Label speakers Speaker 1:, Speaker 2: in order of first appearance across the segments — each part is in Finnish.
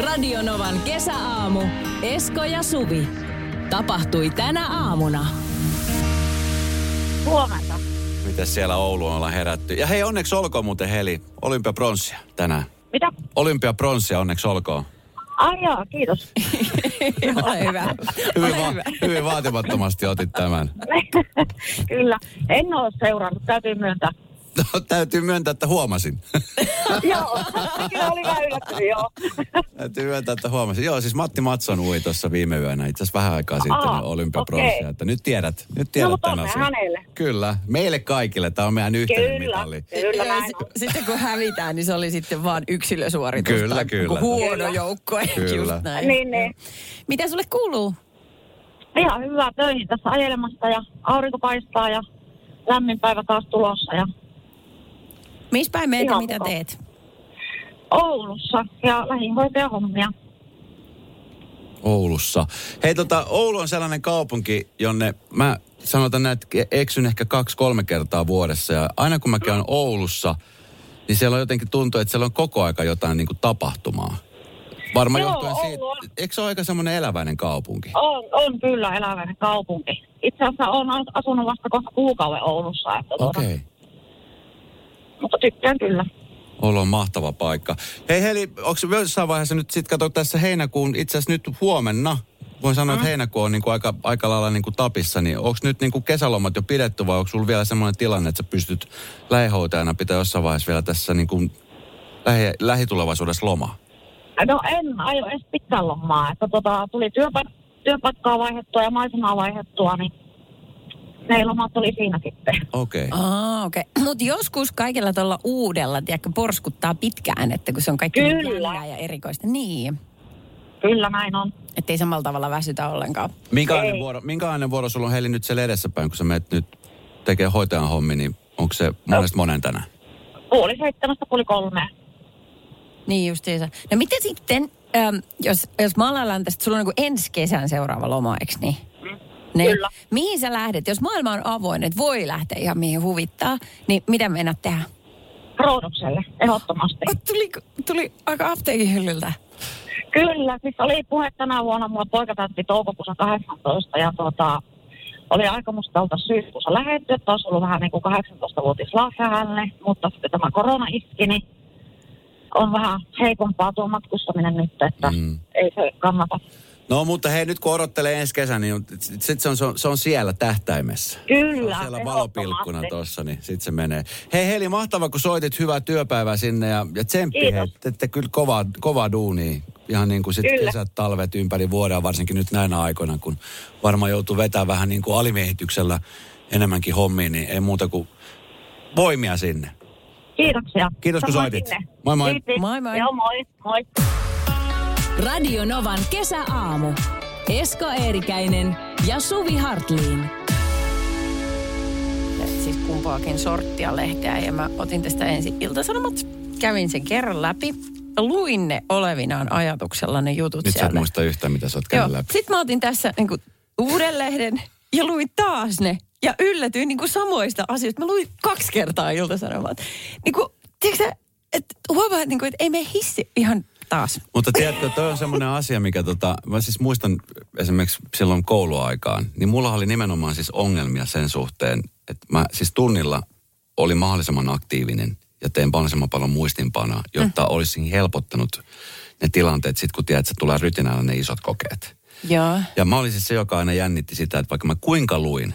Speaker 1: Radionovan kesäaamu. Esko ja Suvi. Tapahtui tänä aamuna.
Speaker 2: Huomenta.
Speaker 3: Miten siellä Ouluun ollaan herätty. Ja hei, onneksi olkoon muuten Heli. Olympiapronssia tänään.
Speaker 2: Mitä?
Speaker 3: Olympiapronssia onneksi olkoon.
Speaker 2: Ai joo, kiitos.
Speaker 1: Ole hyvä.
Speaker 3: Hyvin, va- hyvin vaatimattomasti otit tämän.
Speaker 2: Kyllä. En ole seurannut, täytyy myöntää.
Speaker 3: No, täytyy myöntää, että huomasin.
Speaker 2: joo, kyllä oli vähän yllättynyt, joo.
Speaker 3: täytyy myöntää, että huomasin. Joo, siis Matti Matson ui tuossa viime yönä itse asiassa vähän aikaa sitten
Speaker 2: Aa,
Speaker 3: olympiapronssia.
Speaker 2: okei.
Speaker 3: Että nyt tiedät, nyt
Speaker 2: No,
Speaker 3: tiedät
Speaker 2: mutta
Speaker 3: tämän
Speaker 2: onnea
Speaker 3: asian.
Speaker 2: hänelle.
Speaker 3: Kyllä, meille kaikille. Tämä on meidän yhteinen
Speaker 2: Kyllä,
Speaker 3: mitalli.
Speaker 2: kyllä
Speaker 4: Ja
Speaker 2: näin
Speaker 4: s-
Speaker 2: on.
Speaker 4: Sitten kun hävitään, niin se oli sitten vaan yksilösuoritus.
Speaker 3: Kyllä,
Speaker 4: tai
Speaker 3: kyllä.
Speaker 4: joku Huono
Speaker 2: Kyllä.
Speaker 4: joukkue.
Speaker 3: Kyllä.
Speaker 4: Just näin.
Speaker 2: Niin, niin.
Speaker 4: Mitä sulle kuuluu?
Speaker 2: Ihan hyvää töihin tässä ajelemasta ja aurinko paistaa ja lämmin päivä taas tulossa ja
Speaker 4: Missä päin meet ja
Speaker 2: Ihan
Speaker 4: mitä
Speaker 2: mukava.
Speaker 4: teet?
Speaker 2: Oulussa ja lähihoitajan hommia.
Speaker 3: Oulussa. Hei tota, Oulu on sellainen kaupunki, jonne mä sanotaan näin, että eksyn ehkä kaksi-kolme kertaa vuodessa. Ja aina kun mä käyn Oulussa, niin siellä on jotenkin tuntuu, että siellä on koko aika jotain niin kuin tapahtumaa. Varmaan
Speaker 2: Joo,
Speaker 3: johtuen siitä,
Speaker 2: Oulu on.
Speaker 3: eikö se ole aika semmoinen eläväinen kaupunki?
Speaker 2: On, on kyllä eläväinen kaupunki. Itse asiassa olen asunut vasta kohta kuukauden Oulussa, että tuota,
Speaker 3: Okei. Okay.
Speaker 2: mutta tykkään kyllä.
Speaker 3: Oulu on mahtava paikka. Hei Heli, onko se jossain vaiheessa nyt sit kato tässä heinäkuun, itse asiassa nyt huomenna, voin sanoa, että heinäkuu on niinku aika, aika lailla niinku tapissa, niin onko nyt niinku kesälomat jo pidetty vai onko sulla vielä semmoinen tilanne, että sä pystyt lähihoitajana pitää jossain vaiheessa vielä tässä niinku lähi, lähitulevaisuudessa lomaa?
Speaker 2: No en aio edes pitkään lomaa. Että tota, tuli työpa- työpaikkaa vaihettua ja maisemaa vaihettua, niin ne lomat oli siinä sitten.
Speaker 3: Okei. Okay.
Speaker 4: Aa, okei. Okay. Mutta joskus kaikella tuolla uudella, tiedätkö, porskuttaa pitkään, että kun se on kaikki niin
Speaker 2: Kyllä.
Speaker 4: jännää ja erikoista. Niin,
Speaker 2: Kyllä näin on.
Speaker 4: ettei samalla tavalla väsytä ollenkaan.
Speaker 3: Minkälainen
Speaker 2: Ei.
Speaker 3: vuoro, minkälainen vuoro sulla on Heli nyt siellä edessäpäin, kun sä menet nyt tekee hoitajan hommi, niin onko se monesta monen tänään?
Speaker 2: Puoli seitsemästä puoli kolme.
Speaker 4: Niin justiinsa. No miten sitten, äm, jos, jos maalaillaan tästä, sulla on niin ensi kesän seuraava loma, eikö niin? Ne,
Speaker 2: Kyllä.
Speaker 4: Mihin sä lähdet? Jos maailma on avoin, että voi lähteä ihan mihin huvittaa, niin mitä mennä tehdä?
Speaker 2: Roodokselle, ehdottomasti.
Speaker 4: Oh, tuli, tuli aika apteekin hyllyltä.
Speaker 2: Kyllä, siis oli puhe tänä vuonna, mulla poika täytti toukokuussa 18 ja tota, oli aikomus tältä syyskuussa lähetty, että olisi ollut vähän niin kuin 18-vuotias lahja hänelle, mutta sitten tämä korona iski, niin on vähän heikompaa tuo matkustaminen nyt, että
Speaker 3: Mm.
Speaker 2: mm. ei se kannata.
Speaker 3: No mutta hei, nyt kun odottelee ensi kesän, niin sit, sit se, on, se, on, se on siellä tähtäimessä.
Speaker 2: Kyllä,
Speaker 3: on siellä
Speaker 2: ehdottomasti.
Speaker 3: valopilkkuna tuossa, niin sitten se menee. Hei Heli, mahtava kun soitit. Hyvää työpäivää sinne ja, ja tsemppi.
Speaker 2: Kiitos.
Speaker 3: Hei, teette kyllä kovaa, kovaa duunia. Ihan niin kuin sit
Speaker 2: Kyllä.
Speaker 3: kesät, talvet ympäri vuoden, varsinkin nyt näinä aikoina, kun varmaan joutuu vetämään vähän niin kuin alimiehityksellä enemmänkin hommiin, niin ei muuta kuin voimia sinne.
Speaker 2: Kiitoksia.
Speaker 3: Kiitos, kun
Speaker 2: Samoin
Speaker 3: soitit.
Speaker 2: sinne.
Speaker 3: Moi, moi.
Speaker 2: Kiitos.
Speaker 4: Moi, moi.
Speaker 2: Joo, moi. Moi.
Speaker 1: Radionovan kesäaamu. Esko Eerikäinen ja Suvi Hartliin.
Speaker 4: Siis kumpaakin sorttia lehteä ja mä otin tästä ensin iltasanomat. Kävin sen kerran läpi. Luin ne olevinaan ajatuksella ne jutut
Speaker 3: Nyt sä et
Speaker 4: siellä.
Speaker 3: muista yhtään, mitä sä oot
Speaker 4: Joo.
Speaker 3: käynyt läpi.
Speaker 4: Sitten mä otin tässä niin kuin, uuden lehden ja luin taas ne. Ja yllätyin niin kuin, samoista asioista. Mä luin kaksi kertaa iltasanomat. Niin kuin, tiedätkö sä, että huomaa, että, niin kuin, että ei me hissi ihan taas.
Speaker 3: Mutta tiedätkö, toi on semmoinen asia, mikä tota, mä siis muistan esimerkiksi silloin kouluaikaan, niin mulla oli nimenomaan siis ongelmia sen suhteen, että mä siis tunnilla olin mahdollisimman aktiivinen ja tein mahdollisimman paljon muistinpanoa, jotta mm. olisin helpottanut ne tilanteet sit, kun tiedät, että tulee rytinällä ne isot kokeet.
Speaker 4: Joo.
Speaker 3: Ja mä olin siis se, joka aina jännitti sitä, että vaikka mä kuinka luin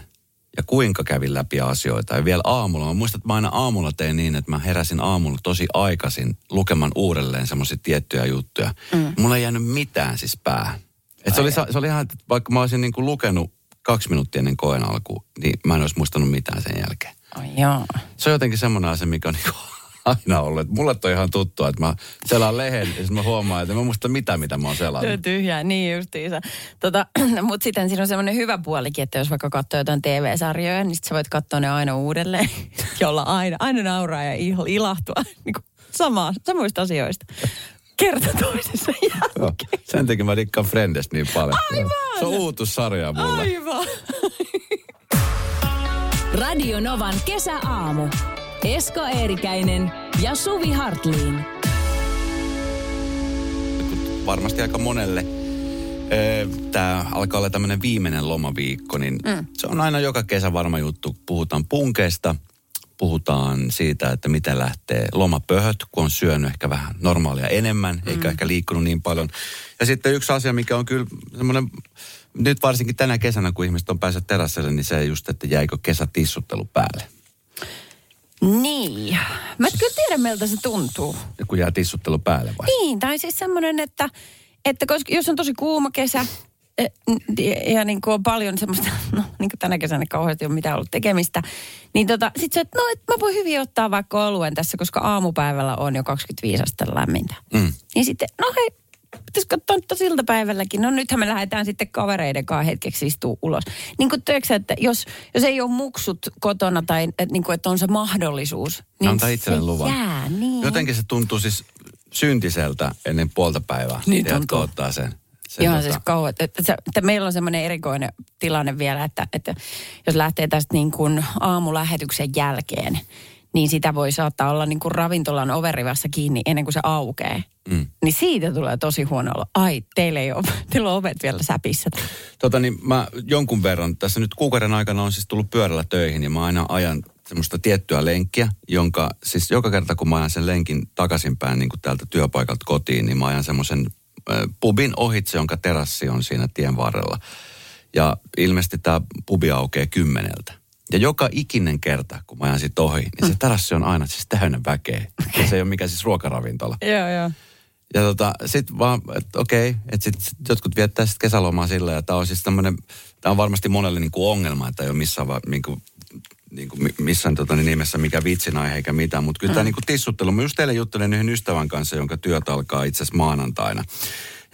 Speaker 3: ja kuinka kävin läpi asioita. Ja vielä aamulla, mä muistan, että mä aina aamulla tein niin, että mä heräsin aamulla tosi aikaisin lukemaan uudelleen semmoisia tiettyjä juttuja. Mm. Mulla ei jäänyt mitään siis päähän. Et se, oli, sa- se oli ihan, että vaikka mä olisin niin kuin lukenut kaksi minuuttia ennen koen alkuun, niin mä en olisi muistanut mitään sen jälkeen.
Speaker 4: Ai joo.
Speaker 3: Se on jotenkin semmoinen asia, mikä on niin kuin aina ollut. Et mulle toi ihan tuttua, että mä selaan lehen ja sitten mä huomaan, että en mä en muista mitään, mitä mä oon selannut.
Speaker 4: Työ tyhjää, niin justiinsa. Tota, Mutta sitten siinä on semmoinen hyvä puolikin, että jos vaikka katsoo jotain TV-sarjoja, niin sit sä voit katsoa ne aina uudelleen. Ja olla aina, aina nauraa ja il- ilahtua niin kuin samaa, samoista asioista. Kerta toisessa jälkeen.
Speaker 3: Joo. Sen takia mä dikkaan Frendest niin paljon. Aivan! Se on uutussarja mulle.
Speaker 4: Aivan.
Speaker 1: Radionovan kesäaamu. Esko Eerikäinen ja Suvi Hartliin.
Speaker 3: varmasti aika monelle tämä alkaa olla tämmöinen viimeinen lomaviikko, niin mm. se on aina joka kesä varma juttu. Puhutaan punkeista, puhutaan siitä, että miten lähtee lomapöhöt, kun on syönyt ehkä vähän normaalia enemmän, mm. eikä ehkä liikkunut niin paljon. Ja sitten yksi asia, mikä on kyllä semmoinen, nyt varsinkin tänä kesänä, kun ihmiset on päässyt terassille, niin se just, että jäikö kesätissuttelu päälle.
Speaker 4: Niin. Mä en kyllä tiedä, miltä se tuntuu.
Speaker 3: Ja kun jää tissuttelu päälle vai?
Speaker 4: Niin, tai siis semmoinen, että, että koska, jos on tosi kuuma kesä eh, ja, ja niin kuin on paljon semmoista, no niin kuin tänä kesänä kauheasti on mitään ollut tekemistä, niin tota, sit sä, että no et mä voin hyvin ottaa vaikka oluen tässä, koska aamupäivällä on jo 25 astetta lämmintä.
Speaker 3: Mm.
Speaker 4: Niin sitten, no hei, pitäisikö ottaa nyt siltä päivälläkin? No nythän me lähdetään sitten kavereiden kanssa hetkeksi istuu ulos. Niin kuin tiedätkö, että jos, jos ei ole muksut kotona tai et, niin kuin, että on se mahdollisuus, niin
Speaker 3: Antaa itselleen
Speaker 4: se
Speaker 3: luvan.
Speaker 4: jää niin.
Speaker 3: Jotenkin se tuntuu siis syntiseltä ennen puolta päivää.
Speaker 4: Niin
Speaker 3: Tiedätkö,
Speaker 4: tuntuu.
Speaker 3: ottaa sen. sen tota-
Speaker 4: Joo, siis kauan. Että, se- että meillä on semmoinen erikoinen tilanne vielä, että, että jos lähtee tästä niin kuin aamulähetyksen jälkeen, niin sitä voi saattaa olla niin kuin ravintolan overivassa kiinni ennen kuin se aukeaa. Mm. Niin siitä tulee tosi huono olo. Ai, teillä ei ole, teillä on ovet vielä säpissä.
Speaker 3: Tota niin, mä jonkun verran, tässä nyt kuukauden aikana on siis tullut pyörällä töihin ja mä aina ajan semmoista tiettyä lenkkiä, jonka siis joka kerta kun mä ajan sen lenkin takaisinpäin niin kuin täältä työpaikalta kotiin, niin mä ajan semmoisen äh, pubin ohitse, jonka terassi on siinä tien varrella. Ja ilmeisesti tämä pubi aukeaa kymmeneltä. Ja joka ikinen kerta, kun mä ajan siitä ohi, niin se terassi on aina siis täynnä väkeä. Ja se ei ole mikään siis ruokaravintola.
Speaker 4: Joo, joo.
Speaker 3: Ja tota, sit vaan, että okei, että sit, sit jotkut viettää sit kesälomaa sillä, ja tää on siis tämmönen, tää on varmasti monelle niinku ongelma, että ei ole missään, va, niinku, niinku, mi- missään tota, niin nimessä mikä vitsin aihe eikä mitään, mutta kyllä mm. tämä niinku tissuttelu, mä just teille juttelin yhden ystävän kanssa, jonka työt alkaa itse asiassa maanantaina.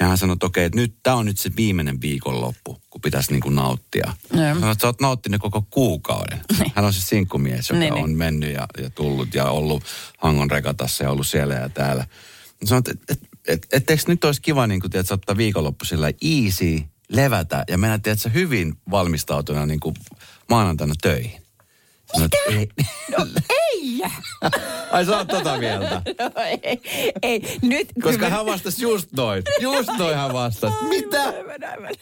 Speaker 3: Ja hän sanoi, että okei, että nyt, tämä on nyt se viimeinen viikonloppu, kun pitäisi niinku nauttia.
Speaker 4: Joo.
Speaker 3: Hän sanoi, että sä oot nauttinut koko kuukauden. Hän on se sinkkumies, joka
Speaker 4: Niin, niin.
Speaker 3: on mennyt ja, ja tullut ja ollut Hangon rekatassa ja ollut siellä ja täällä. Sanoit, että et, et, et, etteikö nyt olisi kiva niin kuin, tiedätkö, ottaa viikonloppu sillä easy, levätä ja mennä tiedätkö, hyvin valmistautuneena niin kuin maanantaina töihin. Mitä? Ei.
Speaker 4: No, Ei!
Speaker 3: Ai sä oot tota mieltä.
Speaker 4: No, ei, ei. Nyt,
Speaker 3: Koska hän vastasi just noin. Just noin hän vastasi. Mitä?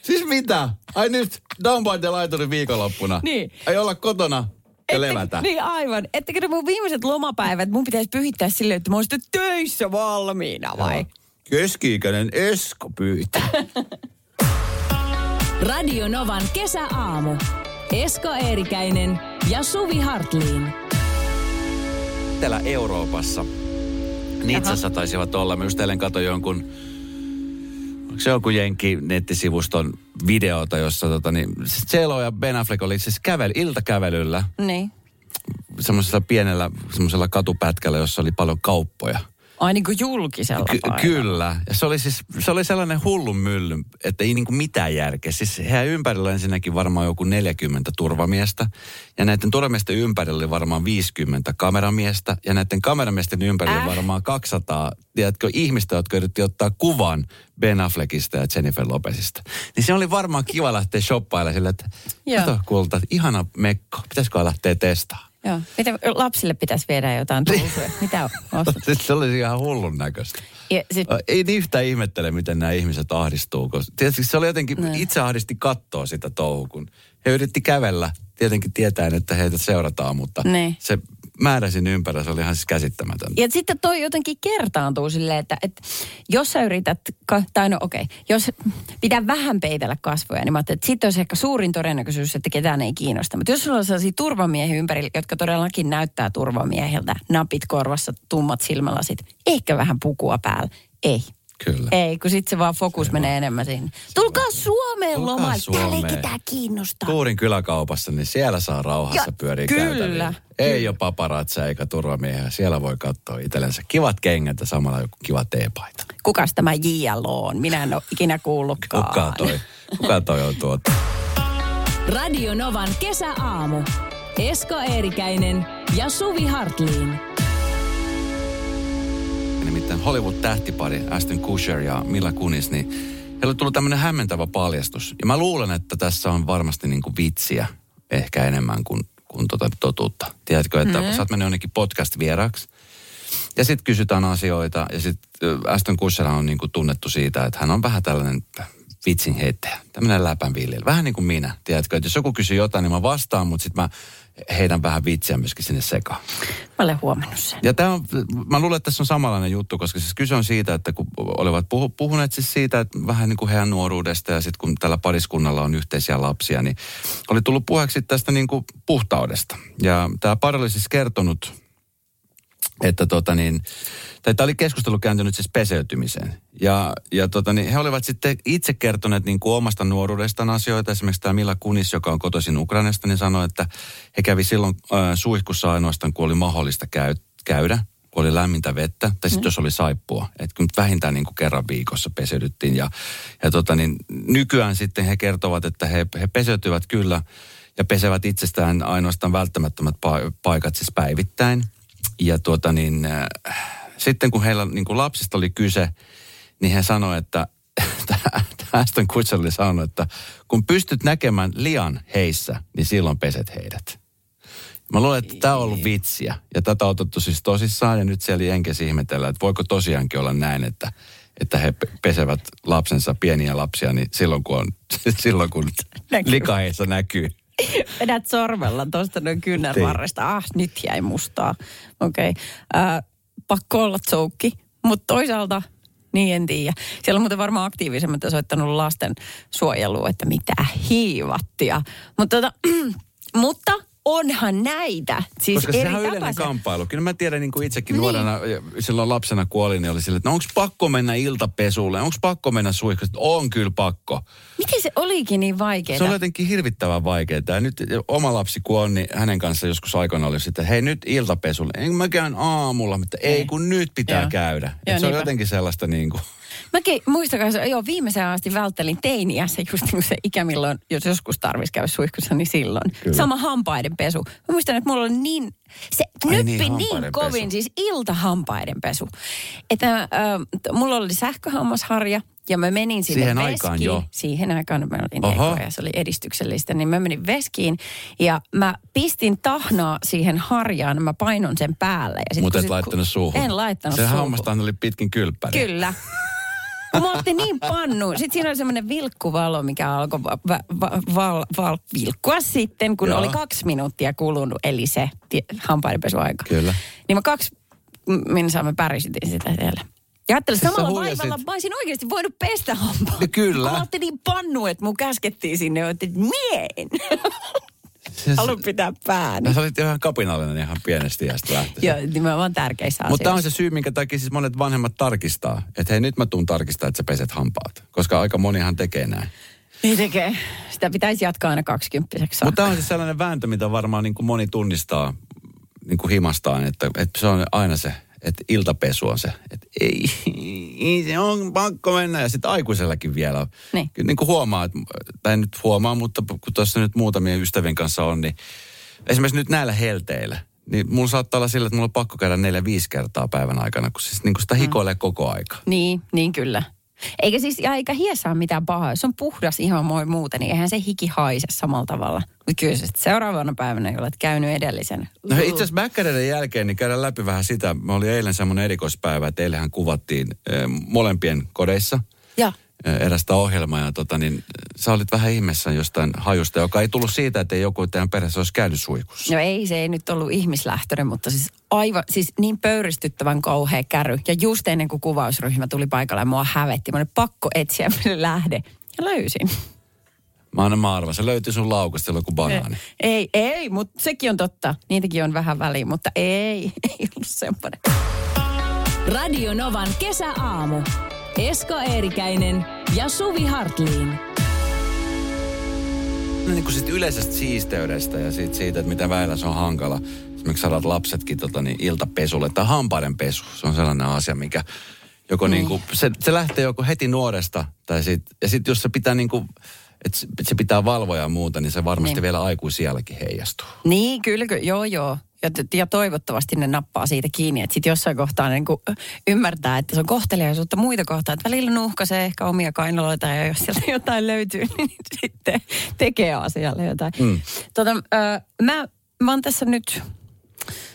Speaker 3: Siis mitä? Ai nyt down by the laituri viikonloppuna.
Speaker 4: Niin.
Speaker 3: Ei olla kotona ja levätä.
Speaker 4: Niin aivan. Ettekö ne mun viimeiset lomapäivät, mun pitäisi pyhittää silleen, että mä oon sitten töissä valmiina vai?
Speaker 3: Joo. Keski-ikäinen Esko pyytää.
Speaker 1: Radio Novan kesäaamu. Esko Eerikäinen ja Suvi Hartliin.
Speaker 3: Etelä-Euroopassa. Nitsassa taisivat olla. Mä just eilen katsoin jonkun, onko se joku jenki nettisivuston videota, jossa tota, niin, siis Celo ja Ben Affleck oli siis kävely, iltakävelyllä
Speaker 4: Niin.
Speaker 3: semmoisella pienellä semmoisella katupätkällä, jossa oli paljon kauppoja.
Speaker 4: Ai niin kuin julkisella
Speaker 3: Ky-
Speaker 4: paikalla.
Speaker 3: kyllä. Ja se oli siis se oli sellainen hullun mylly, että ei niinku mitään järkeä. Siis heidän ympärillä on ensinnäkin varmaan joku 40 turvamiestä. Ja näiden turvamiesten ympärillä oli varmaan 50 kameramiestä. Ja näiden kameramiesten ympärillä
Speaker 4: Äh.
Speaker 3: äh. varmaan 200, tiedätkö, ihmistä, jotka yritti ottaa kuvan Ben Affleckista ja Jennifer Lopezista. Niin se oli varmaan kiva lähteä shoppailemaan sillä, että
Speaker 4: Joo.
Speaker 3: kato kulta, ihana mekko, pitäisikö lähteä testaamaan?
Speaker 4: Joo. Miten lapsille pitäisi viedä jotain tulsuja? Mitä ostat?
Speaker 3: Siis se olisi ihan hullun näköistä.
Speaker 4: Ja sit,
Speaker 3: Ei niin yhtään ihmettele, miten nämä ihmiset ahdistuu. Koska tietysti se oli jotenkin,
Speaker 4: Niin.
Speaker 3: itse ahdisti kattoa sitä touhu, kun he yritti kävellä. Tietenkin tietäen, että heitä seurataan, mutta
Speaker 4: Niin.
Speaker 3: se määrä siinä ympärillä, se oli ihan siis käsittämätöntä.
Speaker 4: ja sitten toi jotenkin kertaantuu silleen, että, että jos sä yrität, ka- tai no okei, okay, jos pitää vähän peitellä kasvoja, niin mä ajattelin, että sitten olisi ehkä suurin todennäköisyys, että ketään ei kiinnosta. Mutta jos sulla on sellaisia turvamiehiä ympärillä, jotka todellakin näyttää turvamiehiltä, napit korvassa, tummat silmälasit, ehkä vähän pukua päällä, ei.
Speaker 3: Kyllä.
Speaker 4: Ei, kun sitten se vaan fokus menee enemmän sinne. Tulkaa Suomeen
Speaker 3: Tulkaa
Speaker 4: lomalle, täällä ei
Speaker 3: Suomeen.
Speaker 4: ketään kiinnostaa.
Speaker 3: Suurin kyläkaupassa, niin siellä saa rauhassa
Speaker 4: Ja
Speaker 3: pyöriä
Speaker 4: kyllä.
Speaker 3: käytävillä. Ei ole paparatsa eikä turvamiehiä. Siellä voi katsoa itsellensä kivat kengät ja samalla joku kiva teepaita.
Speaker 4: Kukas tämä JLO on? Minä en ole ikinä kuullutkaan.
Speaker 3: Kuka toi, kuka toi on tuota?
Speaker 1: Radio Novan kesäaamu. Esko Eerikäinen ja Suvi Hartliin.
Speaker 3: Nimittäin Hollywood-tähtipari Aston Kutcher ja Mila Kunis, niin heillä on tullut tämmöinen hämmentävä paljastus. Ja mä luulen, että tässä on varmasti niin kuin vitsiä ehkä enemmän kuin, kuin tota totuutta. Tiedätkö, että mm-hmm. sä oot mennyt jonnekin podcast-vieraksi. Ja sitten kysytään asioita. Ja sitten Aston Kutcher on niinku tunnettu siitä, että hän on vähän tällainen vitsin heittäjä. Tämmöinen läpän viljelijä. Vähän niin kuin minä, tiedätkö? Että jos joku kysyy jotain, niin mä vastaan, mutta sitten mä heidän vähän vitsiä myöskin sinne sekaan.
Speaker 4: Mä olen huomannut sen.
Speaker 3: Ja tämä on, mä luulen, että tässä on samanlainen juttu, koska siis kyse on siitä, että kun olivat puhu, puhuneet siis siitä, että vähän niin kuin heidän nuoruudesta ja sitten kun tällä pariskunnalla on yhteisiä lapsia, niin oli tullut puheeksi tästä niin kuin puhtaudesta. Ja tämä pari oli siis kertonut, että tota niin, tai tämä oli keskustelu kääntynyt siis peseytymiseen. Ja, ja tota niin, he olivat sitten itse kertoneet niin kuin omasta nuoruudestaan asioita. Esimerkiksi tämä Mila Kunis, joka on kotoisin Ukrainasta, niin sanoi, että he kävi silloin äh, suihkussa ainoastaan, kun oli mahdollista käy, käydä, kun oli lämmintä vettä, tai sitten mm. jos oli saippua. Että kyllä vähintään niin kuin kerran viikossa peseydyttiin. Ja, ja tota niin, nykyään sitten he kertovat, että he, he peseytyvät kyllä ja pesevät itsestään ainoastaan välttämättömät pa- paikat siis päivittäin ja tuota niin, äh, sitten kun heillä niin kuin lapsista oli kyse, niin he sanoi, että Aston Kutcher oli sanonut, että kun pystyt näkemään lian heissä, niin silloin peset heidät. Mä luulen, että tämä on ollut vitsiä ja tätä on otettu siis tosissaan ja nyt siellä jenkesi ihmetellään, että voiko tosiaankin olla näin, että, että he pesevät lapsensa, pieniä lapsia, niin silloin kun, on, silloin kun
Speaker 4: Näkyy.
Speaker 3: lika heissä näkyy.
Speaker 4: Vedät sormella tuosta noin kyynän
Speaker 3: Niin.
Speaker 4: varresta. Ah, nyt jäi mustaa. Okei. Okay. Äh, pakko olla tsoukki, mutta toisaalta niin en tiedä. Siellä on muuten varmaan aktiivisemmat soittanut lasten suojeluun, että mitä hiivattia. Mutta, tota, mutta onhan näitä. Siis
Speaker 3: Koska
Speaker 4: eri
Speaker 3: sehän on yleinen
Speaker 4: tapaisia.
Speaker 3: kamppailu. Kyllä mä tiedän niin kuin itsekin niin. nuorena, ja silloin lapsena kuoli, niin oli silleen, että no onko pakko mennä iltapesulle, onko pakko mennä suihkuun? Sitten, On kyllä pakko.
Speaker 4: Miten se olikin niin vaikeaa?
Speaker 3: Se on jotenkin hirvittävän vaikeaa. Ja nyt oma lapsi kun on, niin hänen kanssa joskus aikoina oli sitten, hei nyt iltapesulle. En mä käyn aamulla, mutta ei
Speaker 4: Niin.
Speaker 3: kun nyt pitää
Speaker 4: Joo.
Speaker 3: käydä. Et
Speaker 4: Joo,
Speaker 3: se on
Speaker 4: niinpä.
Speaker 3: jotenkin sellaista niin kuin,
Speaker 4: Mäkin muistakaa, se- joo, viimeiseen asti välttelin teiniässä just niin se ikä, milloin, jos joskus tarvitsisi käydä suihkussa, niin silloin. Kyllä. Sama hampaiden pesu. Mä muistan, että mulla oli niin, se
Speaker 3: Ai
Speaker 4: nyppi
Speaker 3: niin,
Speaker 4: niin,
Speaker 3: hampaiden
Speaker 4: niin kovin,
Speaker 3: pesu.
Speaker 4: siis iltahampaiden pesu. Että äh, mulla oli sähköhammasharja ja mä menin sinne
Speaker 3: Siihen
Speaker 4: veskiin.
Speaker 3: aikaan jo.
Speaker 4: Siihen aikaan mä olin
Speaker 3: Oho.
Speaker 4: ekoja, se oli edistyksellistä, niin mä menin veskiin ja mä pistin tahnaa siihen harjaan, mä painon sen päälle. Ja sit
Speaker 3: mutta
Speaker 4: kun
Speaker 3: et
Speaker 4: sit-
Speaker 3: laittanut suuhun.
Speaker 4: En laittanut
Speaker 3: Sehän
Speaker 4: suuhun.
Speaker 3: hammastaan oli pitkin kylppäri.
Speaker 4: Kyllä. Kun mä otti niin pannuun. Sitten siinä oli semmoinen vilkkuvalo, mikä alkoi va- va- va- val- val- vilkkua sitten, kun
Speaker 3: Joo.
Speaker 4: Joo. oli kaksi minuuttia kulunut, eli se tie- hampaidenpesuaika.
Speaker 3: Kyllä.
Speaker 4: Niin mä kaksi m- minsaa mä pärisytin sitä siellä. Ja ajattelin,
Speaker 3: Sä
Speaker 4: että samalla
Speaker 3: huijasit.
Speaker 4: vaivalla mä olisin oikeasti voinut pestä hampaa.
Speaker 3: No kyllä.
Speaker 4: Kun mä otti niin pannu, että mun käskettiin sinne, ja otin, että mien.
Speaker 3: Siis,
Speaker 4: Haluan pitää pääni.
Speaker 3: no, sä olit ihan kapinallinen ihan pienestä iästä lähtien.
Speaker 4: Joo, nimenomaan tärkeissä
Speaker 3: Mutta tämä on se
Speaker 4: asioissa.
Speaker 3: syy, minkä takia siis monet vanhemmat tarkistaa. Että hei, nyt mä tuun tarkistaa, että sä peset hampaat. Koska aika monihan tekee näin.
Speaker 4: Niin tekee. Sitä pitäisi jatkaa aina kaksikymppiseksi
Speaker 3: Mutta tämä on siis sellainen vääntö, mitä varmaan niin kuin moni tunnistaa niin kuin himastaan. Että, että se on aina se, että iltapesu on se. Että ei, ei se on pakko mennä. Ja sitten aikuisellakin vielä.
Speaker 4: Niin.
Speaker 3: Kyllä niin kuin huomaa, että- tai en nyt huomaa, mutta kun tuossa nyt muutamien ystävien kanssa on, niin esimerkiksi nyt näillä helteillä, niin mulla saattaa olla sillä, että mulla on pakko käydä neljä viisi kertaa päivän aikana, kun siis niin kuin sitä hikoilee koko aika.
Speaker 4: Niin, niin kyllä. Eikä siis, ja eikä hiessä ole mitään pahaa. Jos on puhdas ihan moi muuta, niin eihän se hiki haise samalla tavalla. Mutta kyllä se sit seuraavana päivänä, kun olet käynyt edellisen.
Speaker 3: No hei, itse asiassa Mäkkäreiden jälkeen niin käydään läpi vähän sitä. Mä oli eilen semmoinen erikoispäivä, että eilähän kuvattiin eh, molempien kodeissa
Speaker 4: Ja.
Speaker 3: eh, erästä ohjelmaa. Ja tota, niin, sä olit vähän ihmeessä jostain hajusta, joka ei tullut siitä, että joku teidän perheessä olisi käynyt suihkussa.
Speaker 4: No ei, se ei nyt ollut ihmislähtöinen, mutta siis aivan, siis niin pöyristyttävän kauhea käry. Ja just ennen kuin kuvausryhmä tuli paikalle ja mua hävetti, mä olin pakko etsiä mille lähde. Ja löysin.
Speaker 3: Mä annan mä arvan, se löytyi sun laukusta silloin kuin
Speaker 4: Eh,
Speaker 3: banaani.
Speaker 4: Ei, ei, mutta sekin on totta. Niitäkin on vähän väliä, mutta ei, ei ollut semmoinen.
Speaker 1: Radio Novan kesäaamu. Esko Eerikäinen ja Suvi Hartliin.
Speaker 3: No niin kuin sit yleisestä siisteydestä ja sit siitä, että mitä väillä se on hankala. Esimerkiksi sadat lapsetkin tota, niin iltapesulle tai hampaiden pesu. Se on sellainen asia, mikä joko niin kuin, se, se, lähtee joko heti nuoresta tai sit, ja sitten jos se pitää niin kuin, että se- se pitää valvoja ja muuta, niin se varmasti niin.
Speaker 4: Niin.
Speaker 3: vielä aikuisielläkin heijastuu.
Speaker 4: Niin, kyllä, kyllä. Joo, joo. Ja, t- ja toivottavasti ne nappaa siitä kiinni, että sitten jossain kohtaa ne niin kuin ymmärtää, että se on kohteliaisuutta muita kohtaan. Että välillä nuuhkaisee ehkä omia kainaloita ja jos sieltä jotain löytyy, niin sitten tekee asialle jotain. Mm. Tota, ö, mä, mä oon tässä nyt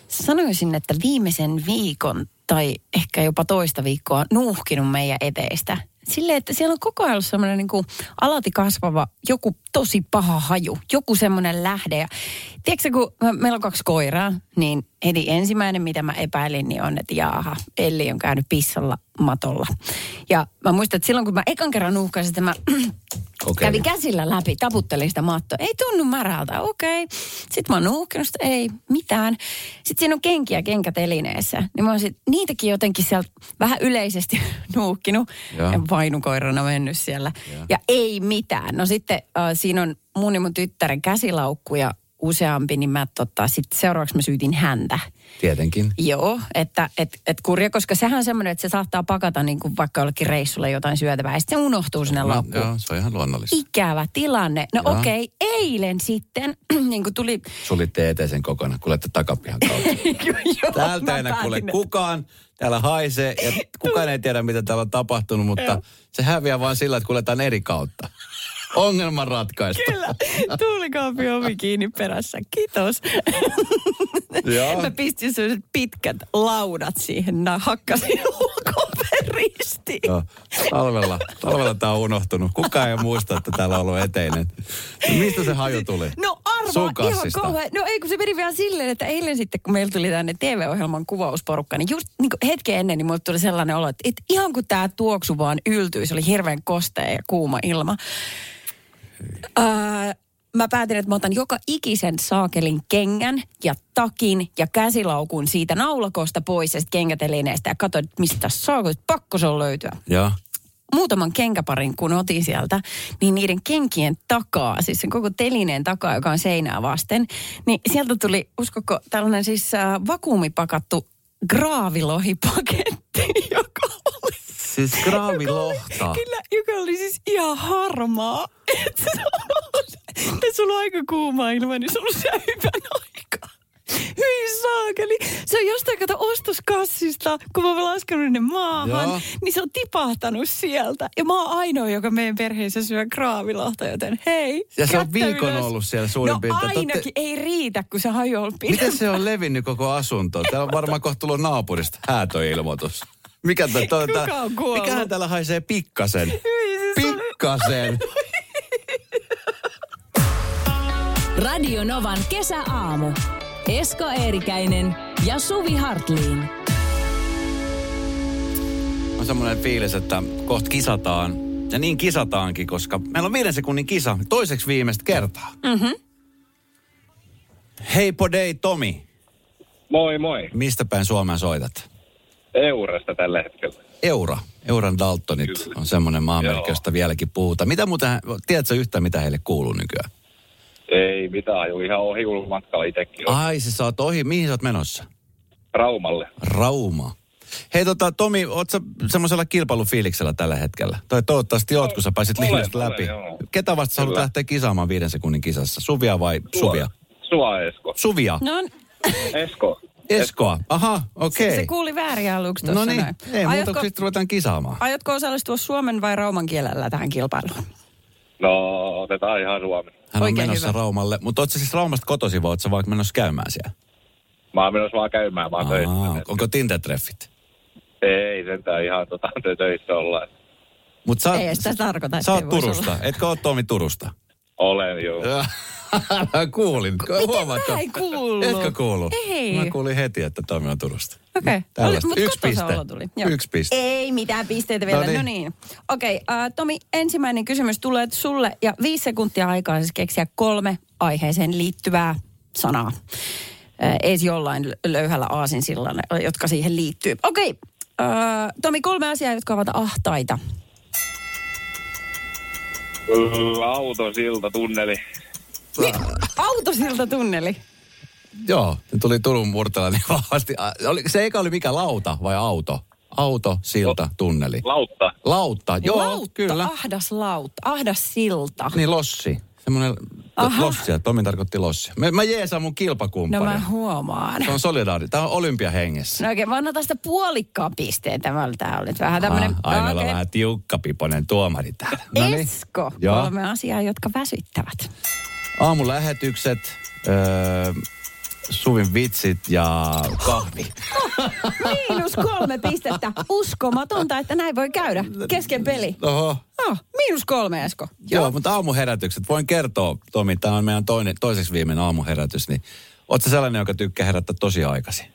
Speaker 4: sanoisin, että viimeisen viikon tai ehkä jopa toista viikkoa nuuhkinut meidän eteistä. Silleen, että siellä on koko ajan ollut semmoinen niin kuin alati kasvava joku tosi paha haju, joku semmoinen lähde. Ja tiedätkö, kun mä- meillä on kaksi koiraa, niin heti ensimmäinen, mitä mä epäilin, niin on, että jaaha, Elli on käynyt pissalla matolla. Ja mä muistan, että silloin kun mä ekan kerran nuuhkasin, että mä
Speaker 3: Okei.
Speaker 4: Kävi käsillä läpi, taputtelin sitä mattoa. Ei tunnu märältä, okei. Okay. Sitten mä oon nuuhkinut sitä, ei mitään. Sitten siinä on kenkiä kenkätelineessä. Niin mä oon sit, niitäkin jotenkin sieltä vähän yleisesti nuuhkinut.
Speaker 3: Joo.
Speaker 4: Ja vainukoirana mennyt siellä.
Speaker 3: Joo.
Speaker 4: Ja, ei mitään. No sitten äh, siinä on mun ja mun tyttären käsilaukku ja useampi, niin mä tota, sit seuraavaksi mä syytin häntä.
Speaker 3: Tietenkin.
Speaker 4: Joo, että et, et kurja, koska sehän on semmoinen, että se saattaa pakata niin kuin vaikka jollekin reissulle jotain syötävää. Ja sitten se unohtuu sinne
Speaker 3: No,
Speaker 4: laukkuun
Speaker 3: joo, se on ihan luonnollista.
Speaker 4: ikävä tilanne. No
Speaker 3: Joo.
Speaker 4: okei, okay, eilen sitten, niin kuin tuli...
Speaker 3: Sulitte eteisen kokonaan, kuljette takapihan kautta.
Speaker 4: Joo,
Speaker 3: Täältä
Speaker 4: mä
Speaker 3: ei enää
Speaker 4: päätin,
Speaker 3: kuule
Speaker 4: että-
Speaker 3: kukaan. Täällä haisee ja kukaan ei tiedä, mitä täällä on tapahtunut, mutta se häviää vaan sillä, että kuljetaan eri kautta. Ongelma ratkaistu.
Speaker 4: Kyllä, tuulikaappi ovi kiinni perässä. Kiitos.
Speaker 3: Joo.
Speaker 4: Mä pistin sellaiset pitkät laudat siihen, na- hakkasin ulkoperistiin.
Speaker 3: Joo. Talvella, talvella tämä on unohtunut. Kukaan ei muista, että täällä on ollut eteinen. Mistä se haju tuli?
Speaker 4: No
Speaker 3: Sun
Speaker 4: arvaa, ihan
Speaker 3: kassista.
Speaker 4: kauhean. No ei, kun se meni vielä silleen, että eilen sitten, kun meillä tuli tänne TV-ohjelman kuvausporukka, niin just niin hetken ennen, niin mulle tuli sellainen olo, että, että ihan kun tämä tuoksu vaan yltyi, se oli hirveän kostea ja kuuma ilma. Ää, mä päätin, että mä otan joka ikisen saakelin kengän ja takin ja käsilaukun siitä naulakosta pois ja sit kenkätelineestä ja katsoin, että mistä saakut, pakko se on löytyä
Speaker 3: Joo.
Speaker 4: muutaman kenkäparin, kun otin sieltä, niin niiden kenkien takaa, siis sen koko telineen takaa, joka on seinää vasten, niin sieltä tuli, uskoko, tällainen siis äh, vakuumipakattu graavilohipaketti, joka oli...
Speaker 3: Siis
Speaker 4: Joka
Speaker 3: graavilohta.
Speaker 4: oli, No, kyllä, joka oli siis ihan harmaa. Et se on- Tässä on ollut aika kuuma ilma, niin se on ollut siellä hyvän aikaa. Hyi saakeli. Se on jostain kato ostoskassista, kun mä oon laskenut ne maahan,
Speaker 3: Joo.
Speaker 4: Joo. niin se on tipahtanut sieltä. Ja mä oon ainoa, joka meidän perheessä syö kraavilahta, joten hei.
Speaker 3: Ja se on
Speaker 4: kättä
Speaker 3: viikon
Speaker 4: ylös.
Speaker 3: ollut siellä suurin
Speaker 4: No
Speaker 3: piirtein. Te olette-
Speaker 4: ainakin, ei riitä, kun se haju on ollut
Speaker 3: Miten se on levinnyt koko asuntoon? Täällä on varmaan kohta tullut naapurista häätöilmoitus. Mikä tää, tää,
Speaker 4: Kuka
Speaker 3: tää,
Speaker 4: on kuollut?
Speaker 3: mikähän täällä haisee pikkasen?
Speaker 4: Hyi, siis oli-
Speaker 3: Pikkasen.
Speaker 1: Radio Novan kesäaamu. Esko Eerikäinen ja Suvi Hartliin.
Speaker 3: On semmoinen fiilis, että kohta kisataan. Ja niin kisataankin, koska meillä on viiden sekunnin kisa toiseksi viimeistä kertaa. Mm-hmm. Hei podei Tomi,
Speaker 5: Moi moi.
Speaker 3: mistä päin Suomeen soitat?
Speaker 5: Eurasta tällä hetkellä.
Speaker 3: Eura. Euran Daltonit on semmoinen maamerkki,
Speaker 5: Joo.
Speaker 3: josta vieläkin puhutaan. Mitä muuten, tiedätkö yhtään, mitä heille kuuluu nykyään?
Speaker 5: Ei mitään, aju ihan ohi ulkomatkalla itsekin. Ah.
Speaker 3: Ai, siis sä oot ohi. Mihin sä oot menossa?
Speaker 5: Raumalle.
Speaker 3: Rauma. Hei tota, Tomi, oot sä semmoisella kilpailufiiliksellä tällä hetkellä? Tai toivottavasti oot, kun sä pääsit
Speaker 5: Olen,
Speaker 3: linjasta
Speaker 5: olen,
Speaker 3: läpi.
Speaker 5: joo.
Speaker 3: Ketä vasta sä haluat
Speaker 5: Kyllä.
Speaker 3: lähteä kisaamaan viiden sekunnin kisassa? Suvia vai Suvia?
Speaker 5: Sua Esko.
Speaker 3: Suvia.
Speaker 4: No,
Speaker 5: Esko.
Speaker 3: Eskoa. Aha, okei.
Speaker 4: se kuuli väärin aluksi tuossa
Speaker 3: No niin,
Speaker 4: noin.
Speaker 3: ei muuta
Speaker 4: Aiotko-
Speaker 3: kuin sitten ruvetaan kisaamaan.
Speaker 4: Aiotko osallistua suomen vai rauman kielellä tähän kilpailuun?
Speaker 5: No, otetaan ihan Suomi.
Speaker 3: Hän on
Speaker 4: Oikein
Speaker 3: menossa
Speaker 4: hyvä.
Speaker 3: Raumalle, mutta oot sä siis Raumasta kotosi vai oot sä vaan menossa käymään siellä?
Speaker 5: Mä oon menossa vaan käymään, mä oon
Speaker 3: Aa,
Speaker 5: töissä.
Speaker 3: onko Tinder-treffit?
Speaker 5: Ei, sentään ihan tota, töissä olla.
Speaker 3: Mut sä,
Speaker 4: Ei sitä tarkoita,
Speaker 3: Sä
Speaker 4: ettei
Speaker 3: oot
Speaker 4: voisi
Speaker 3: Turusta,
Speaker 4: olla.
Speaker 3: etkö oo Tomi Turusta?
Speaker 5: Olen juu.
Speaker 3: Kuulin. Huomaatko?
Speaker 4: mä en kuullut?
Speaker 3: Etkö kuullut?
Speaker 4: Ei.
Speaker 3: Mä kuulin heti, että Tomi on Turusta.
Speaker 4: Okei.
Speaker 3: Tällaista.
Speaker 4: Oli- mut
Speaker 3: Yksi
Speaker 4: kotoisa
Speaker 3: piste.
Speaker 4: olo tuli. Joo.
Speaker 3: Yksi piste.
Speaker 4: Niin, Ei mitään pisteitä vielä.
Speaker 3: No niin.
Speaker 4: No niin. Okei, äh, Tomi, ensimmäinen kysymys tulee sulle ja viisi sekuntia aikaa siis keksiä kolme aiheeseen liittyvää sanaa. Äh, Ees jollain lö- löyhällä aasinsillalla, äh, jotka siihen liittyy. Okei, äh, Tomi, kolme asiaa, jotka ovat ahtaita.
Speaker 5: Auto, silta, tunneli.
Speaker 4: Autosilta tunneli.
Speaker 3: Joo, se tuli Turun murtella niin vahvasti. Ä, oli- Se eka oli mikä lauta vai auto? Auto, silta, tunneli.
Speaker 5: Lautta.
Speaker 3: Lautta, joo,
Speaker 4: lautta,
Speaker 3: kyllä.
Speaker 4: ahdas lautta, ahdas silta.
Speaker 3: Niin lossi. Semmoinen
Speaker 4: Aha.
Speaker 3: lossia. Tomi tarkoitti lossia. Mä, mä jeesaan mun
Speaker 4: No
Speaker 3: kilpakumppania.
Speaker 4: mä huomaan.
Speaker 3: Se on solidaari. Tämä on olympiahengessä.
Speaker 4: No oikein, mä annan tästä puolikkaan pisteen. Tämä oli, tämä oli vähän tämmöinen...
Speaker 3: Ah, aina okay. vähän tiukkapiponen tuomari täällä. Noniin.
Speaker 4: Esko,
Speaker 3: No niin. Joo.
Speaker 4: kolme asiaa, jotka väsyttävät.
Speaker 3: Aamulähetykset, öö, Suvin vitsit ja kahvi.
Speaker 4: Miinus kolme pistettä. Uskomatonta, että näin voi käydä. Kesken peli.
Speaker 3: Oho.
Speaker 4: Oh, miinus kolme, Esko.
Speaker 3: Joo, Joo mutta aamuherätykset. Voin kertoa, Tomi, tämä on meidän toinen, toiseksi viimeinen aamuherätys, niin Oletko sellainen, joka tykkää herättää tosi aikaisin?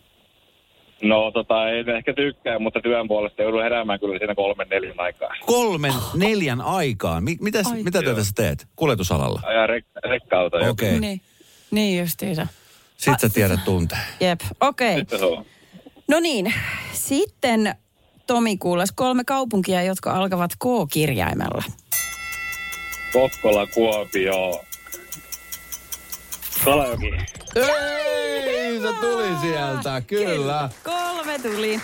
Speaker 5: No tota, en ehkä tykkää, mutta työn puolesta joudun heräämään kyllä siinä kolmen neljän aikaa.
Speaker 3: Kolmen, neljän aikaan. Mi- mitäs,
Speaker 4: Ai.
Speaker 3: mitä työtä sä teet? Kuljetusalalla.
Speaker 5: Ajaa rek- rekka-auto.
Speaker 3: Okei. Okay.
Speaker 4: Niin, niin justiinsa.
Speaker 3: Sitten sä tiedät tunte.
Speaker 4: Jep, okei. Okay.
Speaker 5: Okay.
Speaker 4: No niin, sitten Tomi kuules kolme kaupunkia, jotka alkavat K-kirjaimella.
Speaker 5: Kokkola, Kuopio, Kalajoki.
Speaker 3: Ei, se Niin tuli sieltä,
Speaker 4: Kolme tuli.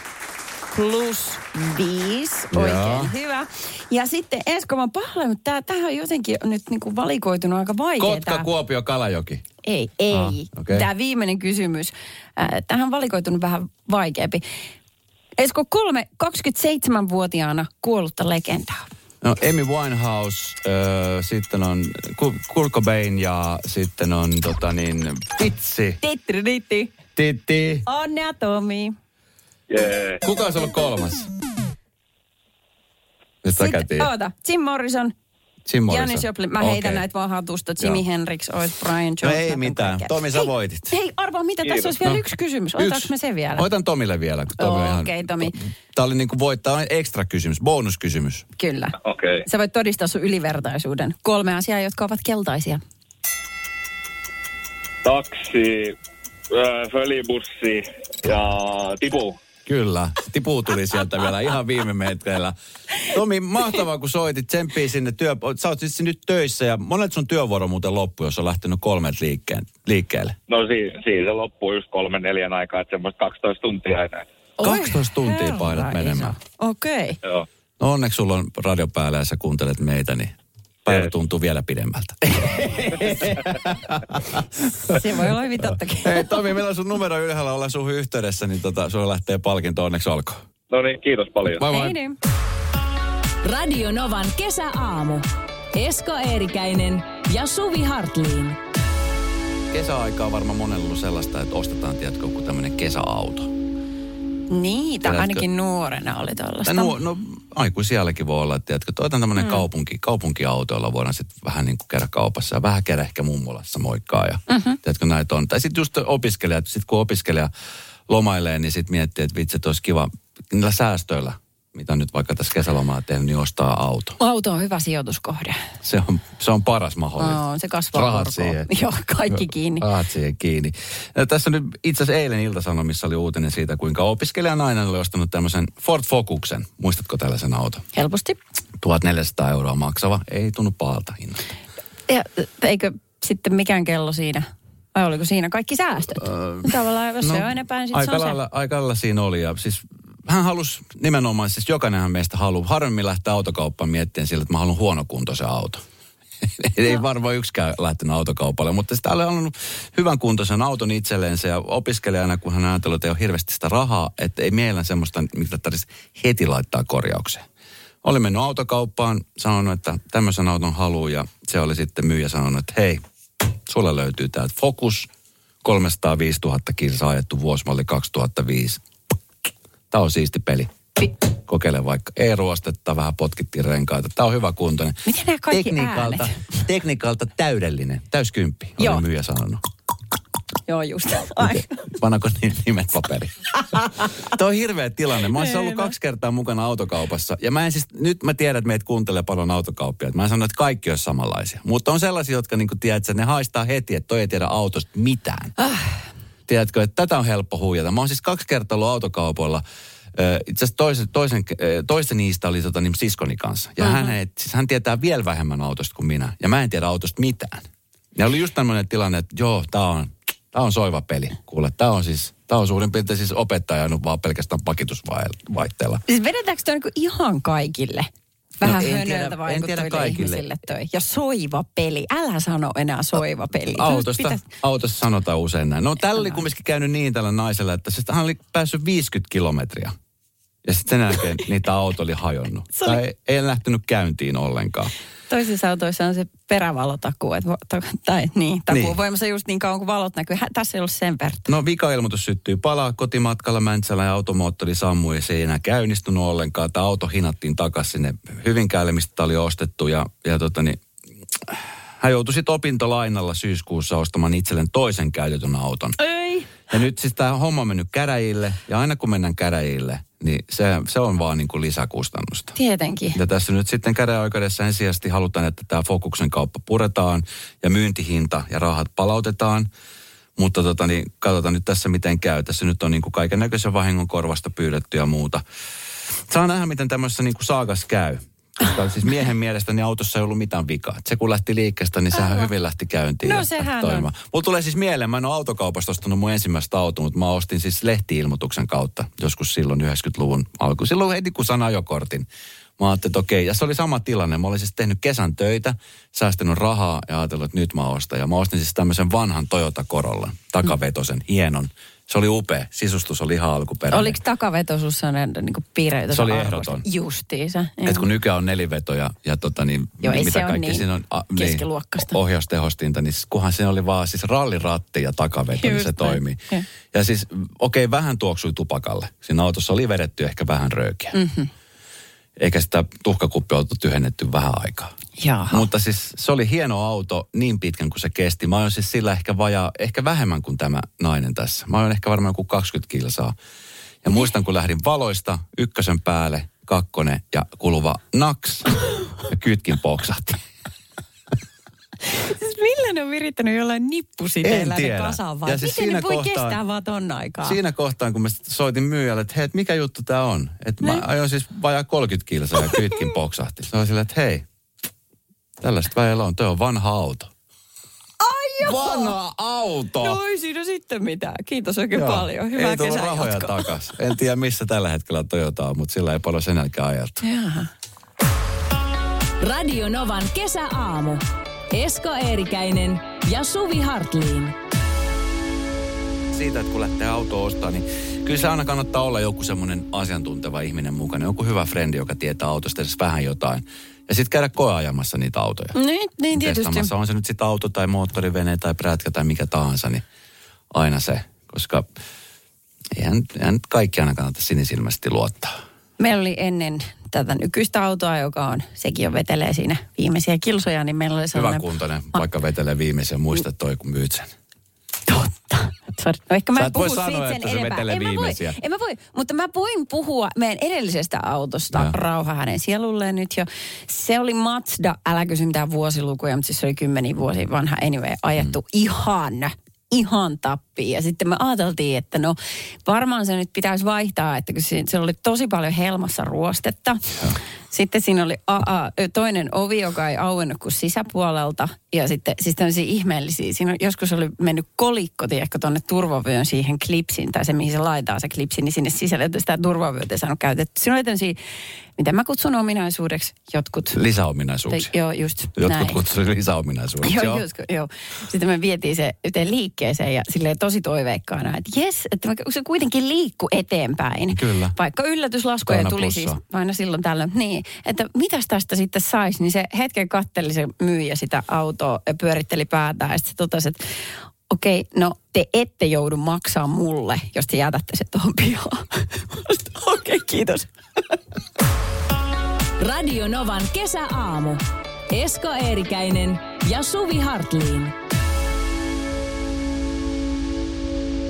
Speaker 4: Plus viisi, oikein
Speaker 3: Joo.
Speaker 4: hyvä. Ja sitten Esko, mä oon pahoillani, mutta tää, tämähän on jotenkin nyt niinku valikoitunut aika vaikeaa.
Speaker 3: Kotka, Kuopio, Kalajoki.
Speaker 4: Ei, ei.
Speaker 3: Ah,
Speaker 4: Ah,
Speaker 3: okei.
Speaker 4: okay. Tämä viimeinen kysymys. Äh, Tähän on valikoitunut vähän vaikeampi. Esko, kolme 27-vuotiaana kuollutta legendaa.
Speaker 3: No, Amy Winehouse, öö, sitten on Ku- Kurt Cobain ja sitten on tota niin, Pitsi,
Speaker 4: Tittiritti.
Speaker 3: Titti.
Speaker 4: Onnea Tomi.
Speaker 5: Jee.
Speaker 3: Kuka olisi ollut kolmas? Nyt sä käytiin.
Speaker 4: oota, Jim Morrison,
Speaker 3: Jim Morrison.
Speaker 4: Janis Joplin. Mä
Speaker 3: Okei.
Speaker 4: heitän näitä vaan hatusta.
Speaker 3: Joo.
Speaker 4: Jimi Hendrix, ois Brian Jones.
Speaker 3: No
Speaker 4: näitä
Speaker 3: ei
Speaker 4: on
Speaker 3: mitään.
Speaker 4: kaikkea.
Speaker 3: Tomi, sä
Speaker 4: Hei,
Speaker 3: voitit.
Speaker 4: Hei, arvaa mitä, tässä olisi vielä yksi kysymys. Otetaanko
Speaker 3: Yksi.
Speaker 4: me se vielä?
Speaker 3: Otan Tomille vielä. kun Tomi on ihan-
Speaker 4: Okei, Tomi.
Speaker 3: Tää oli niinku voittaa ekstra kysymys, bonuskysymys.
Speaker 4: Kyllä.
Speaker 5: Okei.
Speaker 4: Sä voit todistaa sun ylivertaisuuden. Kolme asiaa, jotka ovat keltaisia.
Speaker 5: Taksi, öö, fölibussi ja tipu.
Speaker 3: Kyllä, tipuu tuli sieltä vielä ihan viime metreillä. Tomi, mahtavaa kun soitit, tsemppii sinne työ... Sä oot siis nyt töissä ja monet sun työvuoro muuten loppu, jos on lähtenyt kolmelta liikkeen, liikkeelle.
Speaker 5: No si- siinä se loppuu just kolmen neljän aikaa, että semmoista 12 tuntia enää.
Speaker 4: Oi,
Speaker 3: 12 tuntia
Speaker 4: herra
Speaker 3: painat menemään.
Speaker 4: iso. Okei.
Speaker 5: Joo.
Speaker 3: No onneksi sulla on radio päällä ja sä kuuntelet meitä, niin päivä
Speaker 5: Yes.
Speaker 3: tuntuu vielä pidemmältä.
Speaker 4: Se voi olla hyvin tottakin.
Speaker 3: Hei Tomi, meillä on sun numero ylhäällä, ollaan sun yhteydessä, niin tota, sulla lähtee palkinto, onneksi olkoon.
Speaker 5: No niin, kiitos paljon.
Speaker 3: Moi moi.
Speaker 4: Ei niin.
Speaker 1: Radio Novan kesäaamu. Esko Eerikäinen ja Suvi Hartliin.
Speaker 3: Kesäaika on varmaan monella ollut sellaista, että ostetaan, tiedätkö, joku tämmöinen kesäauto.
Speaker 4: Niitä
Speaker 3: Tiedätkö?
Speaker 4: ainakin nuorena oli
Speaker 3: Tai
Speaker 4: tuollaista.
Speaker 3: nuo, no aikuisielläkin voi olla, että tiedätkö, toitan tämmöinen mm. kaupunki, kaupunkiautoilla voidaan sitten vähän niin kuin käydä kaupassa ja vähän käydä ehkä mummolassa moikkaa ja
Speaker 4: Mhm.
Speaker 3: mm-hmm. tiedätkö näitä on. Tai sitten just opiskelijat, sitten kun opiskelija lomailee, niin sitten miettii, että vitsi, että olisi kiva niillä säästöillä, mitä nyt vaikka tässä kesälomalla tehnyt, niin ostaa auto.
Speaker 4: Auto on hyvä sijoituskohde.
Speaker 3: Se on, se on paras mahdollinen.
Speaker 4: No, se kasvaa
Speaker 3: Rahat
Speaker 4: korkoon.
Speaker 3: siihen.
Speaker 4: Joo, kaikki kiinni.
Speaker 3: Rahat siihen kiinni. No, tässä nyt itse asiassa eilen Iltasanomissa oli uutinen siitä, kuinka opiskelijanainen oli ostanut tämmöisen Ford Focusen. Muistatko tällaisen auton?
Speaker 4: Helposti.
Speaker 3: 1400 euroa maksava, ei tunnu pahalta hinnalta.
Speaker 4: Ja eikö sitten mikään kello siinä? Vai oliko siinä kaikki säästöt? Tavallaan jos no, se on enempää, niin sit se
Speaker 3: aika,
Speaker 4: on se.
Speaker 3: lailla, aika lailla siinä oli ja siis hän halusi nimenomaan, siis jokainenhan meistä haluaa, harvemmin lähteä autokauppaan miettien sillä, että mä haluan huonokuntoisen auto. Ei varmaan yksikään lähtenyt autokaupalle, mutta sitä oli halunnut hyvän kuntoisen auton itselleensä ja opiskelijana, kun hän ajatteli, että ei ole hirveästi sitä rahaa, että ei mielellä semmoista, mitä tarvitsisi heti laittaa korjaukseen. Oli mennyt autokauppaan, sanonut, että tämmöisen auton haluaa ja se oli sitten myyjä sanonut, että hei, sulla löytyy täältä Focus, 305 000 kilsaa ajettu vuosimalli 2005. Tämä on siisti peli. Kokeile vaikka e-ruostetta, vähän potkittiin renkaita. Tämä on hyvä kuntoinen.
Speaker 4: Miten nämä kaikki
Speaker 3: tekniikalta, tekniikalta täydellinen, täyskymppi, oli
Speaker 4: Joo.
Speaker 3: myyjä sanonut.
Speaker 4: Joo, just. Ai.
Speaker 3: Panako niin nimet paperi? Tämä on hirveä tilanne. Mä oon siis ollut
Speaker 4: no.
Speaker 3: kaksi kertaa mukana autokaupassa. Ja mä en siis, nyt mä tiedän, että meitä kuuntelee paljon autokauppia. Mä en sano, että kaikki on samanlaisia. Mutta on sellaisia, jotka niinku tiedät, että ne haistaa heti, että toi ei tiedä autosta mitään. Tiedätkö, että tätä on helppo huijata. Mä oon siis kaksi kertaa ollut autokaupoilla. Ö, Itse asiassa toisen, toisen, ö, toista niistä oli tota, niin siskoni kanssa. Ja hän, ei- siis hän tietää vielä vähemmän autosta kuin minä. Ja mä en tiedä autosta mitään. Ja oli just tämmöinen tilanne, että joo, tää on, tää on soiva peli. Kuule, tää on siis, tää on suurin piirtein siis opettaja ajanut vaan pelkästään pakitusvaihteella.
Speaker 4: Siis vedetäänkö toi niinku ihan kaikille?
Speaker 3: No,
Speaker 4: Vähän
Speaker 3: en
Speaker 4: no,
Speaker 3: tiedä-
Speaker 4: hönöltä
Speaker 3: en
Speaker 4: vaikuttaville
Speaker 3: tiedä kaikille.
Speaker 4: ihmisille toi. Ja soiva peli. Älä sano enää soiva peli.
Speaker 3: Autosta, autosta sanotaan usein näin. No tällä oli kumminkin käynyt niin tällä naisella, että siis hän oli päässyt 50 kilometriä. Ja sitten sen jälkeen niitä auto oli hajonnut.
Speaker 4: Se oli-
Speaker 3: oli... Tai ei lähtenyt käyntiin ollenkaan.
Speaker 4: Toisissa autoissa on se perävalotakuu, että, vo- to- tai niin, takuu niin.
Speaker 3: Niin.
Speaker 4: voimassa just niin kauan kuin valot näkyy. Hä, tässä ei ollut sen verta.
Speaker 3: No vikailmoitus syttyi palaa kotimatkalla Mäntsälä ja automoottori sammui ja se ei enää käynnistynyt ollenkaan. Tämä auto hinattiin takaisin sinne Hyvinkäälle, mistä tämä oli ostettu ja, ja tota niin, hän joutui sitten opintolainalla syyskuussa ostamaan itselleen toisen käytetyn auton.
Speaker 4: Ei.
Speaker 3: Ja nyt siis tämä homma on mennyt käräjille ja aina kun mennään käräjille, niin se, se on vaan niin kuin lisäkustannusta.
Speaker 4: Tietenkin.
Speaker 3: Ja tässä nyt sitten käräjäoikeudessa ensisijaisesti halutaan, että tämä Fokuksen kauppa puretaan ja myyntihinta ja rahat palautetaan. Mutta tota, niin katsotaan nyt tässä miten käy. Tässä nyt on niin kaiken näköisen vahingon korvasta pyydetty ja muuta. Saa nähdä, miten tämmöisessä niin saakas käy. Koska siis miehen mielestä niin autossa ei ollut mitään vikaa. Se kun lähti liikkeestä, niin sehän hyvin lähti käyntiin.
Speaker 4: No,
Speaker 3: ja
Speaker 4: sehän
Speaker 3: lähti
Speaker 4: on.
Speaker 3: toimimaan. Mulla tulee siis mieleen, mä en ole autokaupasta ostanut mun ensimmäistä autoa, mutta mä ostin siis lehtiilmoituksen kautta joskus silloin 90-luvun alku. Silloin heti kun sain ajokortin. Mä ajattelin, että okei, ja se oli sama tilanne. Mä olin siis tehnyt kesän töitä, säästänyt rahaa ja ajatellut, että nyt mä ostan. Ja mä ostin siis tämmöisen vanhan Toyota Corolla, takavetosen, hienon. Se oli upea, sisustus oli ihan alkuperäinen.
Speaker 4: Oliko takaveto sus sellainen niin kuin piirre, jota
Speaker 3: Se oli
Speaker 4: sä arvostat?
Speaker 3: ehdoton.
Speaker 4: Justiinsa. joo.
Speaker 3: Et kun nykyään on neliveto ja, ja tota niin,
Speaker 4: Joo, ei
Speaker 3: mitä
Speaker 4: se ole
Speaker 3: kaikkea
Speaker 4: niin
Speaker 3: siinä on a,
Speaker 4: keskiluokkaista.
Speaker 3: Niin, ohjaustehostinta, niin kunhan se oli vaan siis ralliratti ja takaveto,
Speaker 4: Just
Speaker 3: niin se
Speaker 4: näin.
Speaker 3: toimii.
Speaker 4: Joo.
Speaker 3: Ja siis okei, okay, vähän tuoksui tupakalle. Siinä autossa oli vedetty ehkä vähän röökiä.
Speaker 4: Mhm.
Speaker 3: Mm-hmm. Eikä sitä tuhkakuppi oltu tyhjennetty vähän aikaa.
Speaker 4: Jaha.
Speaker 3: Mutta siis se oli hieno auto niin pitkän kuin se kesti. Mä oon siis sillä ehkä vajaa, ehkä vähemmän kuin tämä nainen tässä. Mä oon ehkä varmaan joku 20 kilsaa. Ja muistan, kun lähdin valoista, ykkösen päälle, kakkonen ja kuluva naks ja kytkin poksahti.
Speaker 4: Siis Millä ne on virittänyt jollain nippusiteillä
Speaker 3: En
Speaker 4: ne
Speaker 3: tiedä.
Speaker 4: kasaan vaan?
Speaker 3: Ja siis
Speaker 4: Miten ne
Speaker 3: siinä
Speaker 4: voi
Speaker 3: kohtaa-
Speaker 4: kestää vaan ton aikaa?
Speaker 3: Siinä kohtaan, kun mä sit soitin myyjälle, että hei, et mikä juttu tämä on? Että mä
Speaker 4: Niin.
Speaker 3: ajoin siis vajaa 30 kilsaa ja kytkin poksahti. Se oli silleen, että hei, tällaista väellä on, toi on vanha auto.
Speaker 4: Ai joo!
Speaker 3: Vanha auto!
Speaker 4: No ei siinä sitten mitään. Kiitos oikein
Speaker 3: Joo.
Speaker 4: paljon. Hyvää
Speaker 3: ei tullut
Speaker 4: kesän
Speaker 3: rahoja
Speaker 4: jatkoa.
Speaker 3: takas. En tiedä missä tällä hetkellä Toyota on, mutta sillä ei paljon sen jälkeen ajeltu.
Speaker 4: Jaha.
Speaker 1: Radio Novan kesäaamu. Esko Eerikäinen ja Suvi Hartliin.
Speaker 3: Siitä, että kun lähtee autoa ostaa, niin kyllä se aina kannattaa olla joku semmoinen asiantunteva ihminen mukana. Joku hyvä frendi, joka tietää autosta edes vähän jotain. Ja sitten käydä koeajamassa niitä autoja.
Speaker 4: Niin, niin tietysti.
Speaker 3: Testaamassa. On se nyt sitten auto tai moottorivene tai prätkä tai mikä tahansa, niin aina se. Koska eihän, eihän nyt kaikki aina kannata sinisilmäisesti luottaa.
Speaker 4: Meillä oli ennen tätä nykyistä autoa, joka on, sekin jo vetelee siinä viimeisiä kilsoja, niin meillä oli
Speaker 3: Hyvä
Speaker 4: sellainen...
Speaker 3: kuntoinen,
Speaker 4: Ah.
Speaker 3: vaikka vetelee viimeisen, muista toi kun myyt sen.
Speaker 4: Totta. Sorry. No ehkä mä
Speaker 3: Sä
Speaker 4: en
Speaker 3: et voi
Speaker 4: puhu siitä
Speaker 3: sanoa,
Speaker 4: sen
Speaker 3: että se
Speaker 4: enempää.
Speaker 3: vetelee
Speaker 4: en mä, voi,
Speaker 3: viimeisiä.
Speaker 4: en mä voi, mutta mä voin puhua meidän edellisestä autosta, ja.
Speaker 3: Joo.
Speaker 4: rauha hänen sielulleen nyt jo. Se oli Mazda, älä kysy mitään vuosilukuja, mutta siis se oli kymmeniä vuosia vanha anyway, ajettu mm. ihan ihan tappiin. Ja sitten me ajateltiin, että no varmaan se nyt pitäisi vaihtaa, että kun siinä, siellä oli tosi paljon helmassa ruostetta. Sitten siinä oli a, a, toinen ovi, joka ei auennut kuin sisäpuolelta. Ja sitten siis tämmöisiä ihmeellisiä. Siinä on- joskus oli mennyt kolikko, tiedätkö, tuonne turvavyön siihen klipsin, tai se mihin se laitaa se klipsi, niin sinne sisälle, että sitä turvavyötä ei saanut käytetty. Siinä oli tämmöisiä, mitä mä kutsun ominaisuudeksi, jotkut.
Speaker 3: Lisäominaisuuksia.
Speaker 4: Joo, just näin.
Speaker 3: Jotkut kutsuivat lisäominaisuudeksi.
Speaker 4: Joo, just, kun- joo. Sitten me vietiin se yhteen liikkeeseen ja silleen tosi toiveikkaana, että jes, että mä- se kuitenkin liikku eteenpäin.
Speaker 3: Kyllä.
Speaker 4: Vaikka yllätyslaskuja
Speaker 3: Aina
Speaker 4: tuli
Speaker 3: plussaa.
Speaker 4: siis aina silloin tällöin. Niin, että mitäs tästä sitten saisi, niin se hetken katteli se myyjä sitä autoa ja pyöritteli päätään ja sitten se totesi, että okei, no te ette joudu maksaa mulle, jos te jätätte se tuohon pihaan. Mä sanoin, Okei, kiitos.
Speaker 1: Radio Novan kesäaamu. Esko Eerikäinen ja Suvi Hartliin.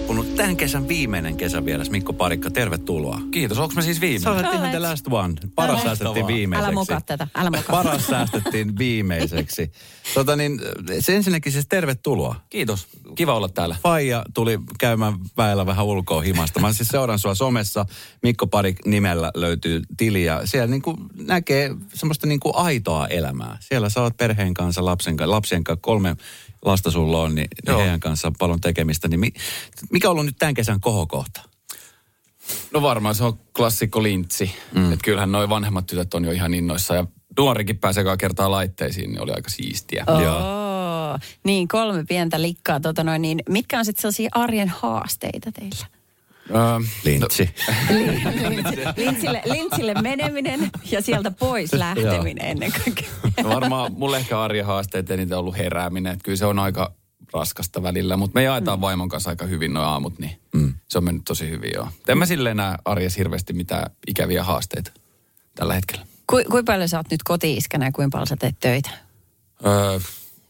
Speaker 3: Kun on tämän kesän viimeinen kesä vieras, Mikko Parikka, tervetuloa.
Speaker 6: Kiitos, onko mä siis
Speaker 3: Sä
Speaker 6: viimeinen?
Speaker 3: olet ihan the last one. Paras
Speaker 4: Olet.
Speaker 3: säästettiin
Speaker 6: Älä
Speaker 3: viimeiseksi.
Speaker 4: mokaa tätä, älä mokaa.
Speaker 3: Paras säästettiin viimeiseksi. Tota niin, se ensinnäkin siis tervetuloa.
Speaker 6: Kiitos. Kiva olla täällä.
Speaker 3: Faija tuli käymään väellä vähän ulkoa himasta. Mä siis seuraan sua somessa. Mikko Parik nimellä löytyy tili ja siellä niin kuin näkee semmoista niin kuin aitoa elämää. Siellä sä oot perheen kanssa, lapsen, kanssa, lapsien kanssa, kolme lasta sulla on, niin Joo.
Speaker 6: Joo.
Speaker 3: heidän kanssa on paljon tekemistä. Niin mi, mikä on ollut nyt tämän kesän kohokohta?
Speaker 6: No varmaan se on klassikko lintsi. Mm. Että kyllähän noi vanhemmat tytöt on jo ihan innoissa. Ja nuorikin pääsee joka kertaa laitteisiin, niin oli aika siistiä.
Speaker 4: Oh.
Speaker 3: Joo.
Speaker 4: Joo. Niin, kolme pientä likkaa. Tota noin, niin mitkä on sitten sellaisia arjen haasteita teillä?
Speaker 3: Lintsi.
Speaker 6: No,
Speaker 4: Lintsille, lintsille meneminen ja sieltä pois lähteminen ennen kaikkea.
Speaker 6: No varmaan mulle ehkä arjen haasteet eniten on ollut herääminen. Että kyllä se on aika raskasta välillä, mutta me jaetaan vaimon kanssa aika hyvin nuo aamut, niin mm. se on mennyt tosi hyvin joo. En mä silleen näe arjessa hirveästi mitään ikäviä haasteita tällä hetkellä.
Speaker 4: Ku, kuinka paljon sä oot nyt koti-iskänä ja kuinka paljon sä teet töitä?
Speaker 6: Öö,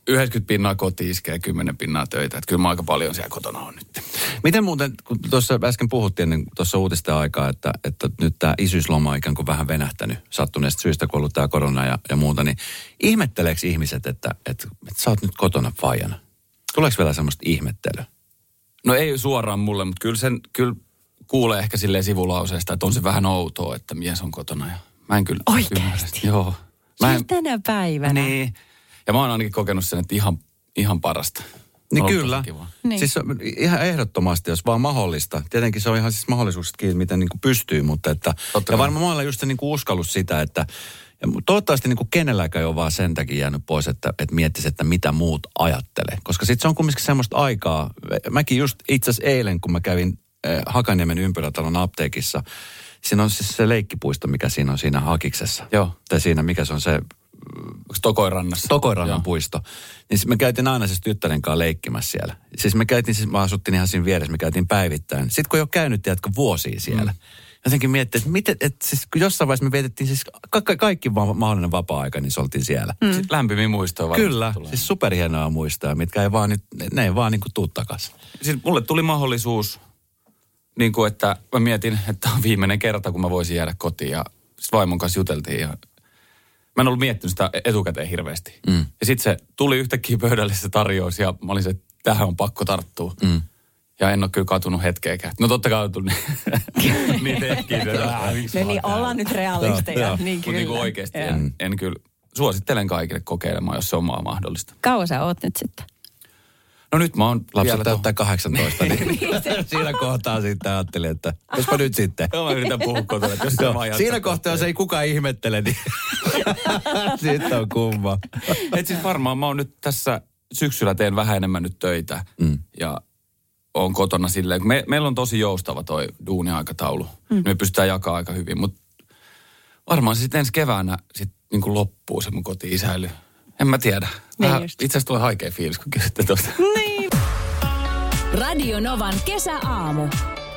Speaker 6: 90 pinnaa koti iskee ja 10 pinnaa töitä. Että kyllä mä aika paljon siellä kotona on nyt.
Speaker 3: Miten muuten, kun tuossa äsken puhuttiin niin tuossa uutisten aikaa, että, että nyt tämä isyysloma on ikään kuin vähän venähtänyt sattuneesta syystä, kun on ollut tämä korona ja, ja muuta, niin ihmetteleekö ihmiset, että, että, että sä oot nyt kotona vaijana? Tuleeko vielä semmoista ihmettelyä?
Speaker 6: No ei suoraan mulle, mutta kyllä sen kyllä kuulee ehkä silleen sivulauseesta, että on se vähän outoa, että mies on kotona. Ja mä en kyllä
Speaker 4: Oikeesti?
Speaker 6: ymmärrä sitä. Joo. Mä en,
Speaker 4: Siis tänä päivänä.
Speaker 6: niin. Ja mä oon ainakin kokenut sen, että ihan, ihan parasta.
Speaker 3: Niin
Speaker 6: On ollut
Speaker 3: kyllä.
Speaker 6: tosi kivaa.
Speaker 4: Niin.
Speaker 3: Niin. Siis se on ihan ehdottomasti, jos vaan mahdollista. Tietenkin se on ihan siis mahdollisuuksista kiinni, miten niin kuin pystyy, mutta että...
Speaker 6: Totta
Speaker 3: ja
Speaker 6: kai.
Speaker 3: varmaan monella just se niin kuin uskallus sitä, että... Ja mu- toivottavasti niin kuin kenelläkään ei ole vaan sen takia jäänyt pois, että, että miettisi, että mitä muut ajattelee. Koska sitten se on kumminkin semmoista aikaa. Mäkin just itse asiassa eilen, kun mä kävin eh, Hakaniemen ympyrätalon apteekissa, siinä on siis se leikkipuisto, mikä siinä on siinä Hakiksessa.
Speaker 6: Joo.
Speaker 3: Tai siinä, mikä se on se
Speaker 6: Onko Tokoirannassa?
Speaker 3: Tokoirannan
Speaker 6: Joo.
Speaker 3: puisto. Niin me käytiin aina siis tyttären kanssa leikkimässä siellä. Siis me käytiin, siis mä asuttiin ihan siinä vieressä, me käytiin päivittäin. Sitten kun ei ole käynyt, tiedätkö, vuosia siellä. Mm. Jotenkin miettii, että miten, että siis kun jossain vaiheessa me vietettiin siis ka- ka- kaikki va- mahdollinen vapaa-aika, niin se oltiin siellä. Mm.
Speaker 6: Sitten lämpimiä muistoja varmasti
Speaker 3: Kyllä,
Speaker 6: tulee.
Speaker 3: siis superhienoa muistoja, mitkä ei vaan nyt, ne ei vaan niinku tuu takas.
Speaker 6: siis mulle tuli mahdollisuus, niin kuin että mä mietin, että tämä on viimeinen kerta, kun mä voisin jäädä kotiin. Ja sit vaimon kanssa juteltiin ja mä en ollut miettinyt sitä etukäteen hirveästi. Mm. Ja sitten se tuli yhtäkkiä pöydälle se tarjous ja mä olin se, että tähän on pakko tarttua. Mm. Ja en ole kyllä katunut hetkeäkään. No totta kai on tullut niitä hetkiä.
Speaker 4: No niin, ollaan nyt realisteja. niin
Speaker 6: Mutta
Speaker 4: kyllä.
Speaker 6: niin oikeasti
Speaker 4: Joo.
Speaker 6: en, en kyllä. Suosittelen kaikille kokeilemaan, jos se on maa mahdollista.
Speaker 4: Kauan sä oot nyt sitten?
Speaker 6: No nyt mä oon
Speaker 3: Lapset
Speaker 6: vielä tuohon-
Speaker 3: täyttää 18, niin siinä kohtaa sitten ajattelin, että jospa nyt sitten.
Speaker 6: Joo, mä yritän puhua kotona, että jos se
Speaker 3: Joo,
Speaker 6: vaan jatkaa
Speaker 3: siinä kohtaa, jos ei kukaan ihmettele, niin sitten on kumma.
Speaker 6: Et siis varmaan mä oon nyt tässä syksyllä teen vähän enemmän nyt töitä mm. ja oon kotona silleen, kun me, meillä on tosi joustava toi duuniaikataulu. Mm. Me pystytään jakaa aika hyvin, mutta varmaan se sitten ensi keväänä sit niinku loppuu se mun koti-isäily. En mä tiedä. Vähän,
Speaker 4: Niin just.
Speaker 6: itse asiassa tulee haikea fiilis, kun kysytte tuosta.
Speaker 1: Radio Novan kesäaamu.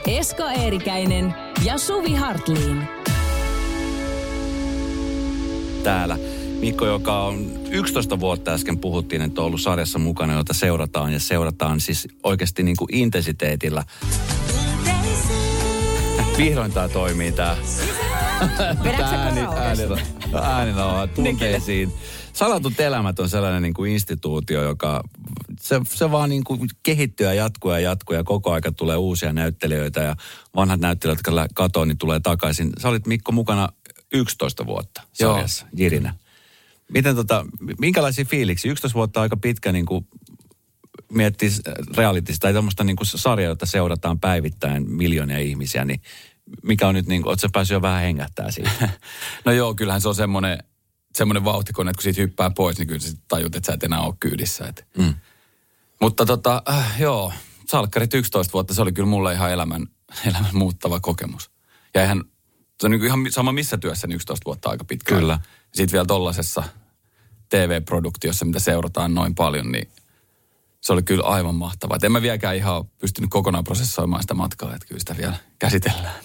Speaker 1: Esko Eerikäinen ja Suvi Hartliin.
Speaker 3: täällä. Mikko, joka on 11 vuotta äsken puhuttiin, että on ollut sarjassa mukana, jota seurataan ja seurataan siis oikeasti niin kuin intensiteetillä. Vihdoin tämä toimii tämä
Speaker 4: Vedätkö sä
Speaker 3: ääni,
Speaker 4: karaokea?
Speaker 3: ääni- äänilauha tunteisiin. Salatut elämät on sellainen niin kuin instituutio, joka se, se vaan niin kuin kehittyy ja jatkuu ja jatkuu ja koko aika tulee uusia näyttelijöitä ja vanhat näyttelijät, jotka lä- katoa, niin tulee takaisin. Sä olit Mikko mukana 11 vuotta
Speaker 6: Joo.
Speaker 3: sarjassa, Jirinä. Miten tota, minkälaisia fiiliksiä? 11 vuotta on aika pitkä niin kuin miettii reality äh, tai tämmöistä niin sarjaa, jota seurataan päivittäin miljoonia ihmisiä, niin mikä on nyt, niin kuin, ootko sä päässyt jo vähän hengähtää siitä?
Speaker 6: No joo, kyllähän se on semmoinen, semmoinen vauhtikone, että kun siitä hyppää pois, niin kyllä sä sit tajut, että sä et enää ole kyydissä. Et. Mm. Mutta tota, äh, joo, salkkarit 11 vuotta, se oli kyllä mulle ihan elämän, elämän muuttava kokemus. Ja eihän, se on niin ihan sama missä työssä, niin 11 vuotta aika pitkään.
Speaker 3: Kyllä.
Speaker 6: Sitten vielä tollaisessa TV-produktiossa, mitä seurataan noin paljon, niin se oli kyllä aivan mahtavaa. Et en mä vieläkään ihan oo pystynyt kokonaan prosessoimaan sitä matkaa, että kyllä sitä vielä käsitellään.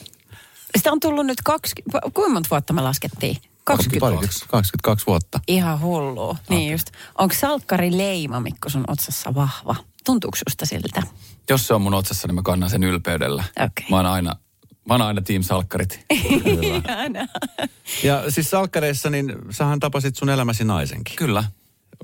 Speaker 4: Sitä on tullut nyt 20... Kuinka monta vuotta me laskettiin? 20
Speaker 3: Pari- 22 vuotta.
Speaker 4: Ihan hullua. Niin just. Onko salkkari leima, Mikko, sun otsassa vahva? Tuntuuko susta siltä?
Speaker 6: Jos se on mun otsassa, niin mä kannan sen ylpeydellä.
Speaker 4: Okei.
Speaker 6: Mä oon aina, mä oon aina team salkkarit.
Speaker 3: Eh.
Speaker 4: Ihana.
Speaker 3: Ja siis salkkareissa, niin sähän tapasit sun elämäsi naisenkin.
Speaker 6: Kyllä.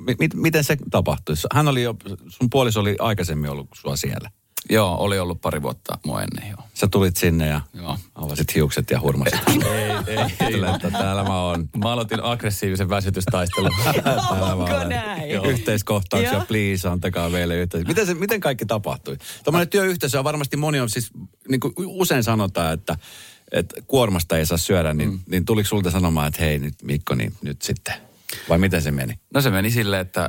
Speaker 3: M- mit- miten se tapahtui? Hän oli jo, sun puoliso oli aikaisemmin ollut sua siellä.
Speaker 6: Joo, oli ollut pari vuotta mua ennen joo.
Speaker 3: Sä tulit sinne ja
Speaker 6: Joo.
Speaker 3: avasit hiukset ja hurmasit.
Speaker 6: Ei, ei,
Speaker 3: Kyllä, että täällä mä oon.
Speaker 6: Mä aloitin aggressiivisen väsytystaistelun.
Speaker 4: Onko näin?
Speaker 3: Joo. Yhteiskohtauksia,
Speaker 4: Joo.
Speaker 3: please, antakaa meille yhteis. Miten, se, miten kaikki tapahtui? Tuommoinen työyhteisö on varmasti moni on siis, niin kuin usein sanotaan, että, että kuormasta ei saa syödä, niin, mm. niin tuliko sulta sanomaan, että hei nyt Mikko, niin nyt sitten? Vai miten se meni?
Speaker 6: no se meni silleen, että,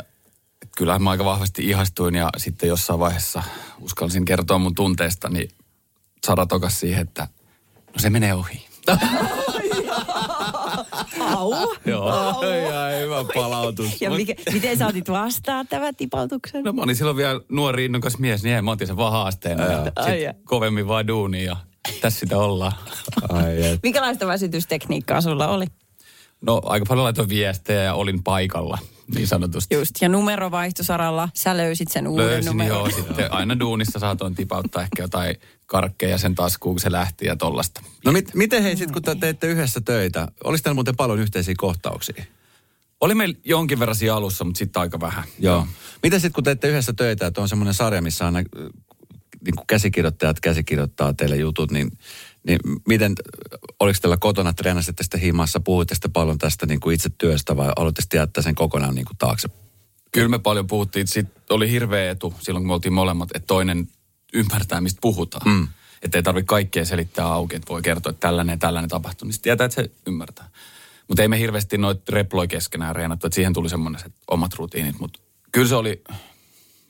Speaker 6: että kyllähän mä aika vahvasti ihastuin ja sitten jossain vaiheessa uskalsin kertoa mun tunteista, niin Sara tokas siihen, että no se menee ohi.
Speaker 4: Au.
Speaker 3: Joo, ja hyvä palautus.
Speaker 4: Ja mikä, miten sä otit vastaan tämän tipautuksen?
Speaker 6: No mä olin silloin vielä nuori innokas mies, niin ei, mä otin sen vaan haasteena. Ja
Speaker 4: Ai jaa.
Speaker 6: sit kovemmin vaan duuni ja tässä sitä ollaan.
Speaker 3: Ai, et.
Speaker 4: Minkälaista väsytystekniikkaa sulla oli?
Speaker 6: No aika paljon laitoin viestejä ja olin paikalla, niin sanotusti.
Speaker 4: Just, ja numero vaihtui Saralla. Sä löysit sen uuden
Speaker 6: Löysin
Speaker 4: numeron.
Speaker 6: joo, sitten aina duunissa saatoin tipauttaa ehkä jotain karkkeja sen taskuun, kun se lähti ja tollasta.
Speaker 3: No mit, miten hei sitten, kun te teitte yhdessä töitä, olisi teillä muuten paljon yhteisiä kohtauksia?
Speaker 6: Oli meillä jonkin verran siinä alussa, mutta sitten aika vähän.
Speaker 3: Joo. Miten sitten, kun teette yhdessä töitä, että on semmoinen sarja, missä aina äh, niin kuin käsikirjoittajat käsikirjoittaa teille jutut, niin, niin miten, oliko teillä kotona, treenasitte sitten himassa, puhuitte sitten paljon tästä niin kuin itse työstä vai haluatte sitten jättää sen kokonaan niin kuin taakse?
Speaker 6: Kyllä me paljon puhuttiin. Sitten oli hirveä etu silloin, kun me oltiin molemmat, että toinen ymmärtää, mistä puhutaan. Mm. Että ei tarvitse kaikkea selittää auki, että voi kertoa, että tällainen ja tällainen tapahtuu. Niin sitten tietää, että se ymmärtää. Mutta ei me hirveästi noit reploi keskenään reenattu. Että siihen tuli semmoinen se omat rutiinit. Mutta kyllä se oli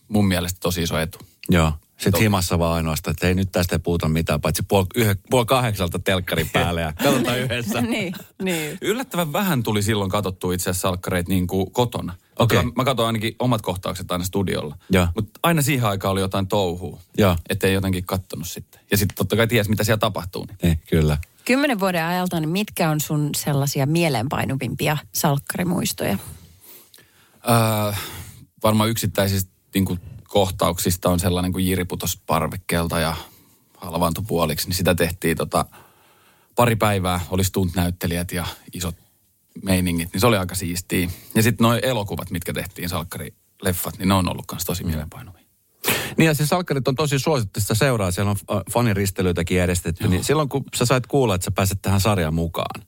Speaker 6: mun mielestä tosi iso etu.
Speaker 3: Joo. Sitten himassa vaan ainoastaan, että ei nyt tästä ei puhuta mitään, paitsi puoli, yhä, puoli kahdeksalta telkkarin päälle ja katsotaan yhdessä.
Speaker 4: niin, niin.
Speaker 6: Yllättävän vähän tuli silloin katsottua itse asiassa salkkareita niin kuin kotona.
Speaker 3: Okei.
Speaker 6: Kyllä Mä katsoin ainakin omat kohtaukset aina studiolla.
Speaker 3: Joo.
Speaker 6: Mutta aina siihen aikaan oli jotain touhua.
Speaker 3: Joo.
Speaker 6: Ettei jotenkin kattonut sitten. Ja sitten totta kai ties, mitä siellä tapahtuu. Niin.
Speaker 3: Niin, kyllä.
Speaker 4: Kymmenen vuoden ajalta, niin mitkä on sun sellaisia mieleenpainuvimpia salkkarimuistoja?
Speaker 6: Öö, varmaan yksittäisistä niin kuin, kohtauksista on sellainen kuin Jiri putos parvekkeelta ja halvaantui puoliksi. Niin sitä tehtiin tota, pari päivää. Oli stunt-näyttelijät ja isot meiningit. Niin se oli aika siistiä. Ja sitten noi elokuvat, mitkä tehtiin salkkarileffat, niin ne on ollut myös tosi mielenpainuvia.
Speaker 3: Niin ja siis salkkarit on tosi suosittu, sitä seuraa, siellä on äh, faniristelytäkin järjestetty, niin silloin kun sä sait kuulla, että sä pääset tähän sarjaan mukaan,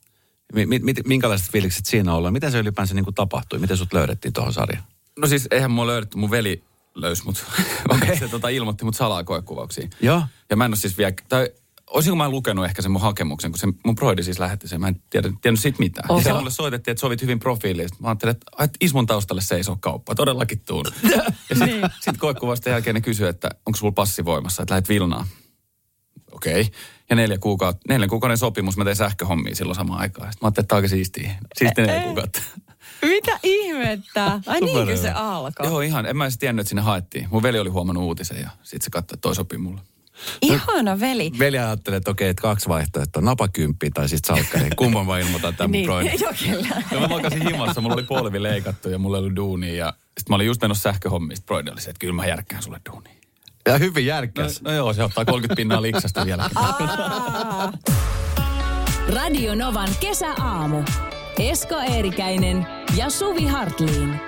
Speaker 3: mi- mi- mit- minkälaiset fiilikset siinä ollaan, miten se ylipäänsä niin kuin tapahtui, miten sut löydettiin tuohon sarjaan?
Speaker 6: No siis eihän mua löydetty, mun veli löysi mut. se tota, ilmoitti mut salaa koekuvauksiin.
Speaker 3: Joo.
Speaker 6: Ja mä en ole siis vielä, tai olisinko mä lukenut ehkä sen mun hakemuksen, kun se mun broidi siis lähetti sen. Mä en tiedä, tiennyt siitä mitään.
Speaker 4: Oho.
Speaker 6: Ja siellä mulle soitettiin, että sovit hyvin profiiliin. Sitten Mä ajattelin, että, ai, että Ismon taustalle seisoo kauppa. Todellakin tuun. ja sitten niin. sit koekuvausten jälkeen ne kysyi, että onko sulla passi voimassa, että lähdet Vilnaan. Okei. Okay. Ja neljä kuukautta, neljän kuukauden sopimus, mä tein sähköhommia silloin samaan aikaan. Sitten mä ajattelin, että tämä on aika siistiä. Siisti neljä kuukautta.
Speaker 4: Mitä ihmettä? Ai niinkö se alkaa?
Speaker 6: Joo, ihan. En mä edes tiennyt, että sinne haettiin. Mun veli oli huomannut uutisen ja sit se katsoi, että toi sopii mulle.
Speaker 4: Ihana veli.
Speaker 3: Veli ajattelee, että okei, että kaksi vaihtoehtoa, napakymppi tai sitten salkkari, kumman mä ilmoitan tämän niin. broidin.
Speaker 4: joo, kyllä.
Speaker 6: Ja mä makasin himassa, mulla oli polvi leikattu ja mulla ei ollut duunia. Ja sit mä olin just mennyt sähköhommiin, sit broidi oli se, että kyllä mä järkkään sulle duunia.
Speaker 3: Ja hyvin järkkäs.
Speaker 6: No joo, se ottaa 30 pinnaa liksasta vielä.
Speaker 1: Radio Novan kesäaamu. Esko Eerikäinen ja Suvi Hartliin.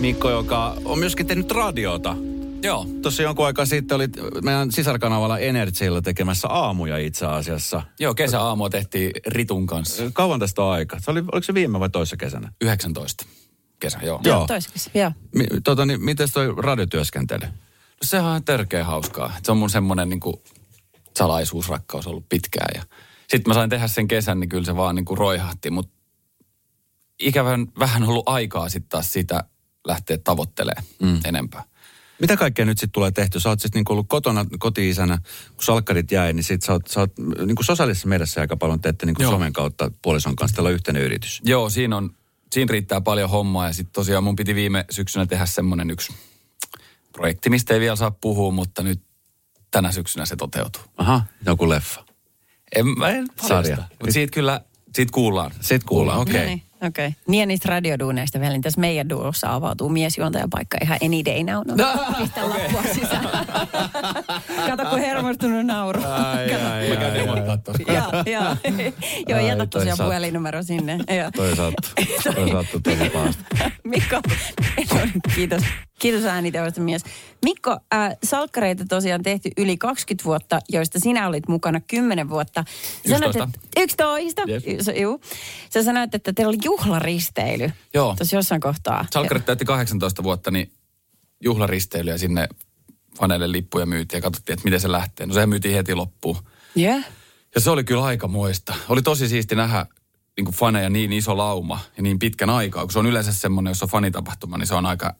Speaker 3: Mikko, joka on myöskin tehnyt radiota.
Speaker 6: joo.
Speaker 3: Tuossa jonkun aikaa sitten oli meidän sisarkanavalla Energyllä tekemässä aamuja itse asiassa.
Speaker 6: Joo, kesäaamua tehtiin Ritun kanssa.
Speaker 3: Kauan tästä on aika? Se oli, oliko se viime vai toissa kesänä?
Speaker 6: 19 kesä, joo.
Speaker 3: Joo.
Speaker 4: Toiseksi, joo.
Speaker 3: Mi, tota, niin, miten toi radiotyöskentely?
Speaker 6: No sehän on törkeä hauskaa. Et Se on mun semmoinen niinku salaisuusrakkaus ollut pitkään. Ja sitten mä sain tehdä sen kesän, niin kyllä se vaan niinku roihahti. Mutta ikävän vähän ollut aikaa sitten taas sitä lähteä tavoittelemaan mm. enempää.
Speaker 3: Mitä kaikkea nyt sitten tulee tehty? Sä oot siis niinku ollut kotona kotiisänä, kun salkkarit jäi, niin sit sä oot, sä oot niinku sosiaalisessa mediassa aika paljon teette niinku
Speaker 6: Joo.
Speaker 3: somen kautta puolison kanssa. Teillä on yhteinen yritys.
Speaker 6: Joo, siinä, on, siinä riittää paljon hommaa. Ja sitten tosiaan mun piti viime syksynä tehdä semmoinen yksi projekti, mistä ei vielä saa puhua, mutta nyt tänä syksynä se toteutuu.
Speaker 3: Aha, joku leffa.
Speaker 6: En, mä en
Speaker 3: Sarja.
Speaker 6: Mutta siitä kyllä, siitä kuullaan.
Speaker 3: Sit kuullaan, okei.
Speaker 4: Okei.
Speaker 3: Okay.
Speaker 4: Okay. Okei. Okay. No Niin ja niistä radioduuneista vielä, niin tässä meidän duossa avautuu miesjuontajapaikka ihan any day now. No, pistä okay. lappua sisään. Kato, kun hermostunut nauru.
Speaker 3: Ai,
Speaker 4: Kato.
Speaker 3: ai,
Speaker 6: Mä käyn demontaa tossa.
Speaker 4: Joo, joo. Joo,
Speaker 3: Ai,
Speaker 4: jätä
Speaker 3: toi
Speaker 4: tosiaan
Speaker 3: sattuu.
Speaker 4: puhelinnumero sinne. Joo.
Speaker 3: Toi sattuu. Toi sattuu tosi pahasti.
Speaker 4: Mikko, no, niin, kiitos. Kiitos ääniteosta mies. Mikko, äh, salkkareita tosiaan tehty yli 20 vuotta, joista sinä olit mukana 10 vuotta. Sanoit,
Speaker 6: 11.
Speaker 4: että, 11?
Speaker 6: Jep.
Speaker 4: Yes. Juu. Sä sanoit, että teillä oli juhlaristeily.
Speaker 6: Joo.
Speaker 4: Tuossa jossain kohtaa.
Speaker 6: Salkkarit täytti 18 vuotta, niin juhlaristeily ja sinne faneille lippuja myytiin ja katsottiin, että miten se lähtee. No sehän myytiin heti loppuun.
Speaker 4: Yeah.
Speaker 6: Ja se oli kyllä aika moista. Oli tosi siisti nähdä niin kuin faneja niin iso lauma ja niin pitkän aikaa, kun se on yleensä semmoinen, jos on fanitapahtuma, niin se on aika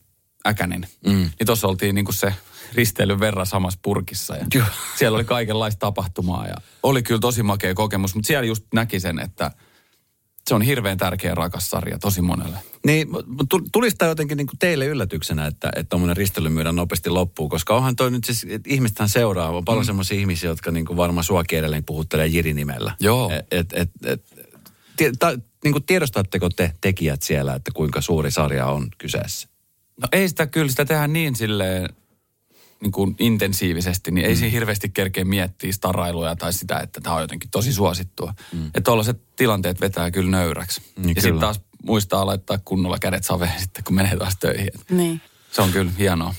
Speaker 6: Äkänen, mm. niin tuossa oltiin niin kuin se risteilyn verran samassa purkissa. Ja
Speaker 3: Joo.
Speaker 6: siellä oli kaikenlaista tapahtumaa ja oli kyllä tosi makea kokemus, mutta siellä just näki sen, että se on hirveän tärkeä rakas sarja tosi monelle.
Speaker 3: Niin, mutta tulisi tämä jotenkin niin teille yllätyksenä, että että tuommoinen ristely myydään nopeasti loppuun, koska onhan toi nyt siis, että ihmistähän seuraa, on paljon mm. semmoisia ihmisiä, jotka niin kuin varmaan suakin edelleen puhuttelee Jiri-nimellä.
Speaker 6: Joo.
Speaker 3: Et, et, et, et, tie, ta, niin kuin tiedostatteko te tekijät siellä, että kuinka suuri sarja on kyseessä?
Speaker 6: No ei sitä kyllä, sitä tehdään niin silleen niin kuin intensiivisesti, niin ei
Speaker 3: Mm.
Speaker 6: siinä hirveästi kerkeä miettiä starailuja tai sitä, että tämä on jotenkin tosi suosittua. Mm. Että tuollaiset tilanteet vetää kyllä nöyräksi.
Speaker 3: Niin
Speaker 6: ja sitten
Speaker 3: kyllä.
Speaker 6: taas muistaa laittaa kunnolla kädet saveen sitten, kun menee taas töihin. Et
Speaker 4: Niin.
Speaker 6: Se on kyllä hienoa.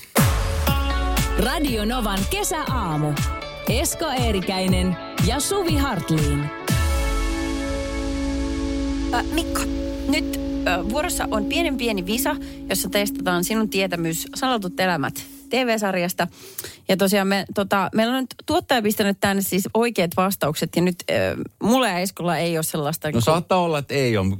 Speaker 1: Radio Novan kesäaamu. Esko Eerikäinen ja Suvi Hartliin.
Speaker 4: Ä, Äh, Mikko, nyt ä, vuorossa on pienen pieni visa, jossa testataan sinun tietämys Salatut elämät TV-sarjasta. Ja tosiaan me, tota, meillä on nyt tuottaja pistänyt tänne siis oikeat vastaukset ja nyt ö, mulla ja Eskolla ei ole sellaista.
Speaker 3: No
Speaker 4: kun-
Speaker 3: saattaa olla, että ei ole.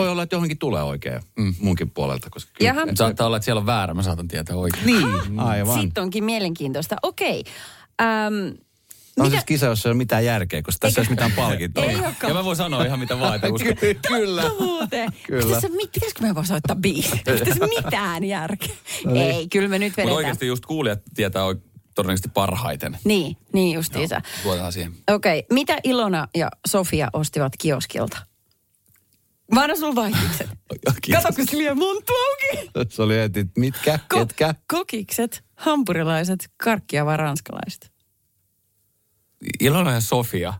Speaker 3: Voi olla, että johonkin tulee oikein mm. munkin puolelta. Koska kyllä,
Speaker 4: Jaha.
Speaker 6: Saattaa olla, että siellä on väärä, mä saatan tietää oikein.
Speaker 3: Niin, aivan.
Speaker 4: Sitten onkin mielenkiintoista. Okei. Äm,
Speaker 3: Tämä on
Speaker 4: mitä-
Speaker 3: siis kisa, jossa ei ole mitään järkeä, koska tässä ei ole mitään palkintoa.
Speaker 4: Ei olekaan.
Speaker 6: Ja mä voin sanoa ihan mitä vaan, että uskon.
Speaker 3: Ky- Kyllä.
Speaker 4: Muuten.
Speaker 3: Kyllä.
Speaker 4: Pitäisikö, mit- pitäisikö me vaan soittaa biisi? Pitäisikö mitään järkeä?
Speaker 3: No niin.
Speaker 4: Ei, kyllä me nyt
Speaker 6: Mutta
Speaker 4: vedetään.
Speaker 6: oikeasti just kuulijat tietää oik- todennäköisesti parhaiten.
Speaker 4: Niin, niin
Speaker 3: No.
Speaker 4: justiinsa.
Speaker 6: Luotetaan siihen.
Speaker 4: Okei, okay. mitä Ilona ja Sofia ostivat kioskilta? Mä annan sulla vaihdikset.
Speaker 3: Kiitos.
Speaker 4: Kato, kun se liian montu auki.
Speaker 3: Se oli heti, että mitkä,
Speaker 4: Ko-
Speaker 3: ketkä?
Speaker 4: Kokikset, hampurilaiset, karkkia vai ranskalaiset?
Speaker 6: Ilona ja Sofia.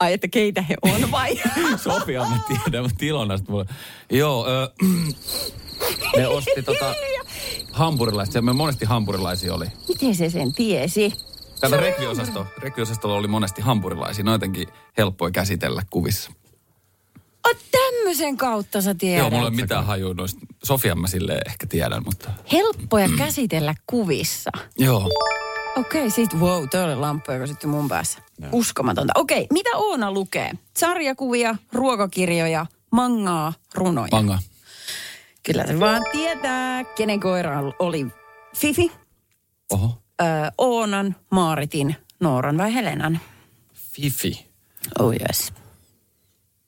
Speaker 4: Ai, että keitä he on vai?
Speaker 6: Sofia mä tiedän, mutta Ilonasta mulla... Joo, ö, ne osti tota hampurilaisia. Siellä Me monesti hampurilaisia oli.
Speaker 4: Miten se sen tiesi?
Speaker 6: Täällä rekliosasto, rekliosastolla oli monesti hampurilaisia. Ne on jotenkin helppoja käsitellä kuvissa.
Speaker 4: O, tämmöisen kautta sä tiedät.
Speaker 6: Joo, mulla ei ole mitään hajua noista. Sofian mä silleen ehkä tiedän, mutta...
Speaker 4: Helppoja käsitellä kuvissa.
Speaker 6: Joo.
Speaker 4: Okei, okay, siis wow, toi oli lamppu, joka sitten mun päässä. Uskomatonta. Okei, okay, mitä Oona lukee? Sarjakuvia, ruokakirjoja, mangaa, runoja.
Speaker 6: Manga.
Speaker 4: Kyllä se vaan tietää, kenen koira oli Fifi,
Speaker 6: Oho.
Speaker 4: öö, Oonan, Maaritin, Nooran vai Helenan?
Speaker 6: Fifi.
Speaker 4: Oh yes.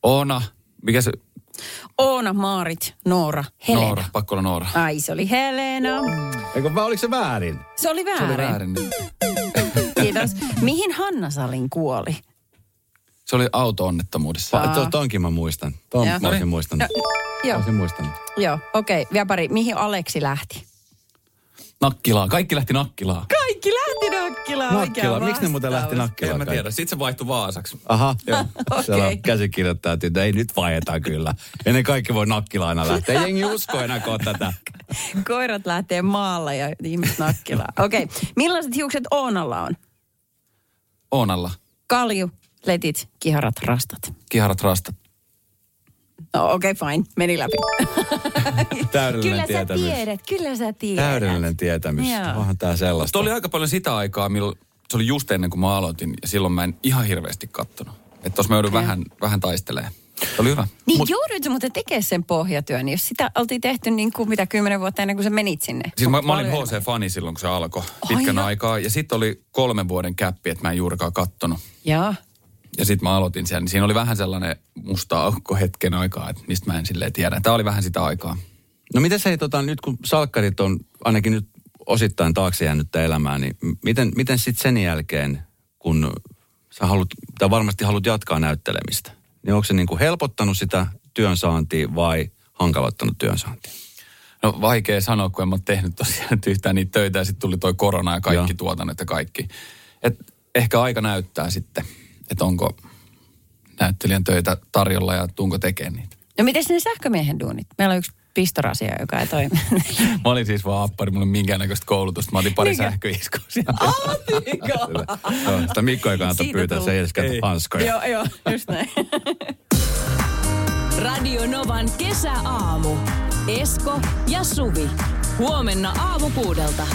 Speaker 6: Oona. Mikä se?
Speaker 4: Oona, Maarit, Noora, Helena.
Speaker 6: Noora. Pakko olla Noora.
Speaker 4: Ai, se oli Helena.
Speaker 3: Eikö vaan, oliko se väärin?
Speaker 4: Se oli
Speaker 6: Se
Speaker 4: väärin.
Speaker 6: oli väärin.
Speaker 4: Kiitos. Mihin Hanna Salin kuoli?
Speaker 6: Se oli auto-onnettomuudessa.
Speaker 3: Va- to, tonkin mä muistan. Ton
Speaker 4: Joo.
Speaker 3: mä olisin muistanut.
Speaker 4: Joo,
Speaker 3: Olisin muistanut.
Speaker 4: joo. okei. Okay. Vielä pari. Mihin Aleksi lähti?
Speaker 6: Nakkilaan. Kaikki lähti nakkilaan.
Speaker 4: Kaikki lähti Nakkilaan. oikea
Speaker 3: Nakkila. Miksi ne muuten lähti
Speaker 4: vastaus.
Speaker 6: En
Speaker 3: nakkilaan?
Speaker 6: mä tiedä. Sitten se vaihtui Vaasaksi.
Speaker 3: Aha, siellä
Speaker 4: Okei.
Speaker 3: on käsikirjoittaja tyttö. Ei nyt vaietaan kyllä. Ja ne kaikki voi nakkilaina lähteä. Ei Jengi usko enää kun on tätä.
Speaker 4: Koirat lähtee maalla ja ihmiset nakkilaan. Okei. Okay. Millaiset hiukset Oonalla on?
Speaker 6: Oonalla.
Speaker 4: Kalju, letit, kiharat, rastat.
Speaker 6: Kiharat rastat.
Speaker 4: No okei, okay, fine. Meni läpi.
Speaker 3: Täydellinen
Speaker 4: kyllä sä
Speaker 3: tietämys.
Speaker 4: tiedät, kyllä sä tiedät.
Speaker 3: Täydellinen tietämys.
Speaker 4: Joo.
Speaker 3: Onhan tää sellaista.
Speaker 6: Tuo oli aika paljon sitä aikaa, milloin se oli just ennen kuin mä aloitin, ja silloin mä en ihan hirveästi kattonut. Että tos mä joudun vähän, vähän taistelemaan. Se oli hyvä.
Speaker 4: Niin Mut... joudut sä muuten tekemään sen pohjatyön, jos sitä oltiin tehty niin kuin mitä kymmenen vuotta ennen kuin sä menit sinne.
Speaker 6: Siis mä, mä olin
Speaker 4: Paljon-
Speaker 6: HC-fani silloin, kun se alkoi pitkän
Speaker 4: joo.
Speaker 6: aikaa. Ja sitten oli kolmen vuoden käppi, että mä en juurikaan kattonut.
Speaker 4: Joo.
Speaker 6: Ja sitten mä aloitin siellä, niin siinä oli vähän sellainen musta aukko hetken aikaa, että mistä mä en silleen tiedä. Tämä oli vähän sitä aikaa.
Speaker 3: No miten se, tota, nyt kun salkkarit on ainakin nyt osittain taakse jäänyttä elämää, niin m- miten, miten sitten sen jälkeen, kun sä haluat, tai varmasti haluat jatkaa näyttelemistä, niin onko se niin kuin helpottanut sitä työnsaantia vai hankaloittanut työnsaantia?
Speaker 6: No vaikea sanoa, kun en mä ole tehnyt tosiaan nyt yhtään niitä töitä ja sitten tuli toi korona ja kaikki
Speaker 3: Joo.
Speaker 6: tuotannot ja kaikki. Et ehkä aika näyttää sitten, että onko näyttelijän töitä tarjolla ja tunko tekemään niitä.
Speaker 4: No miten ne sähkömiehen duunit? Meillä on yksi pistorasia, joka ei toimi.
Speaker 6: Mä olin siis vaan appari, mulla ei ole minkäännäköistä koulutusta. Mä otin pari
Speaker 4: Niinkö?
Speaker 6: sähköiskua sieltä.
Speaker 3: Joo, sitä Mikko ei kannata
Speaker 4: Siitä
Speaker 3: pyytää,
Speaker 4: tuli.
Speaker 3: se ei edes käytä
Speaker 6: Ei.
Speaker 3: hanskoja.
Speaker 4: joo, joo, just näin.
Speaker 1: Radio Novan kesäaamu. Esko ja Suvi. Huomenna aamu kuudelta.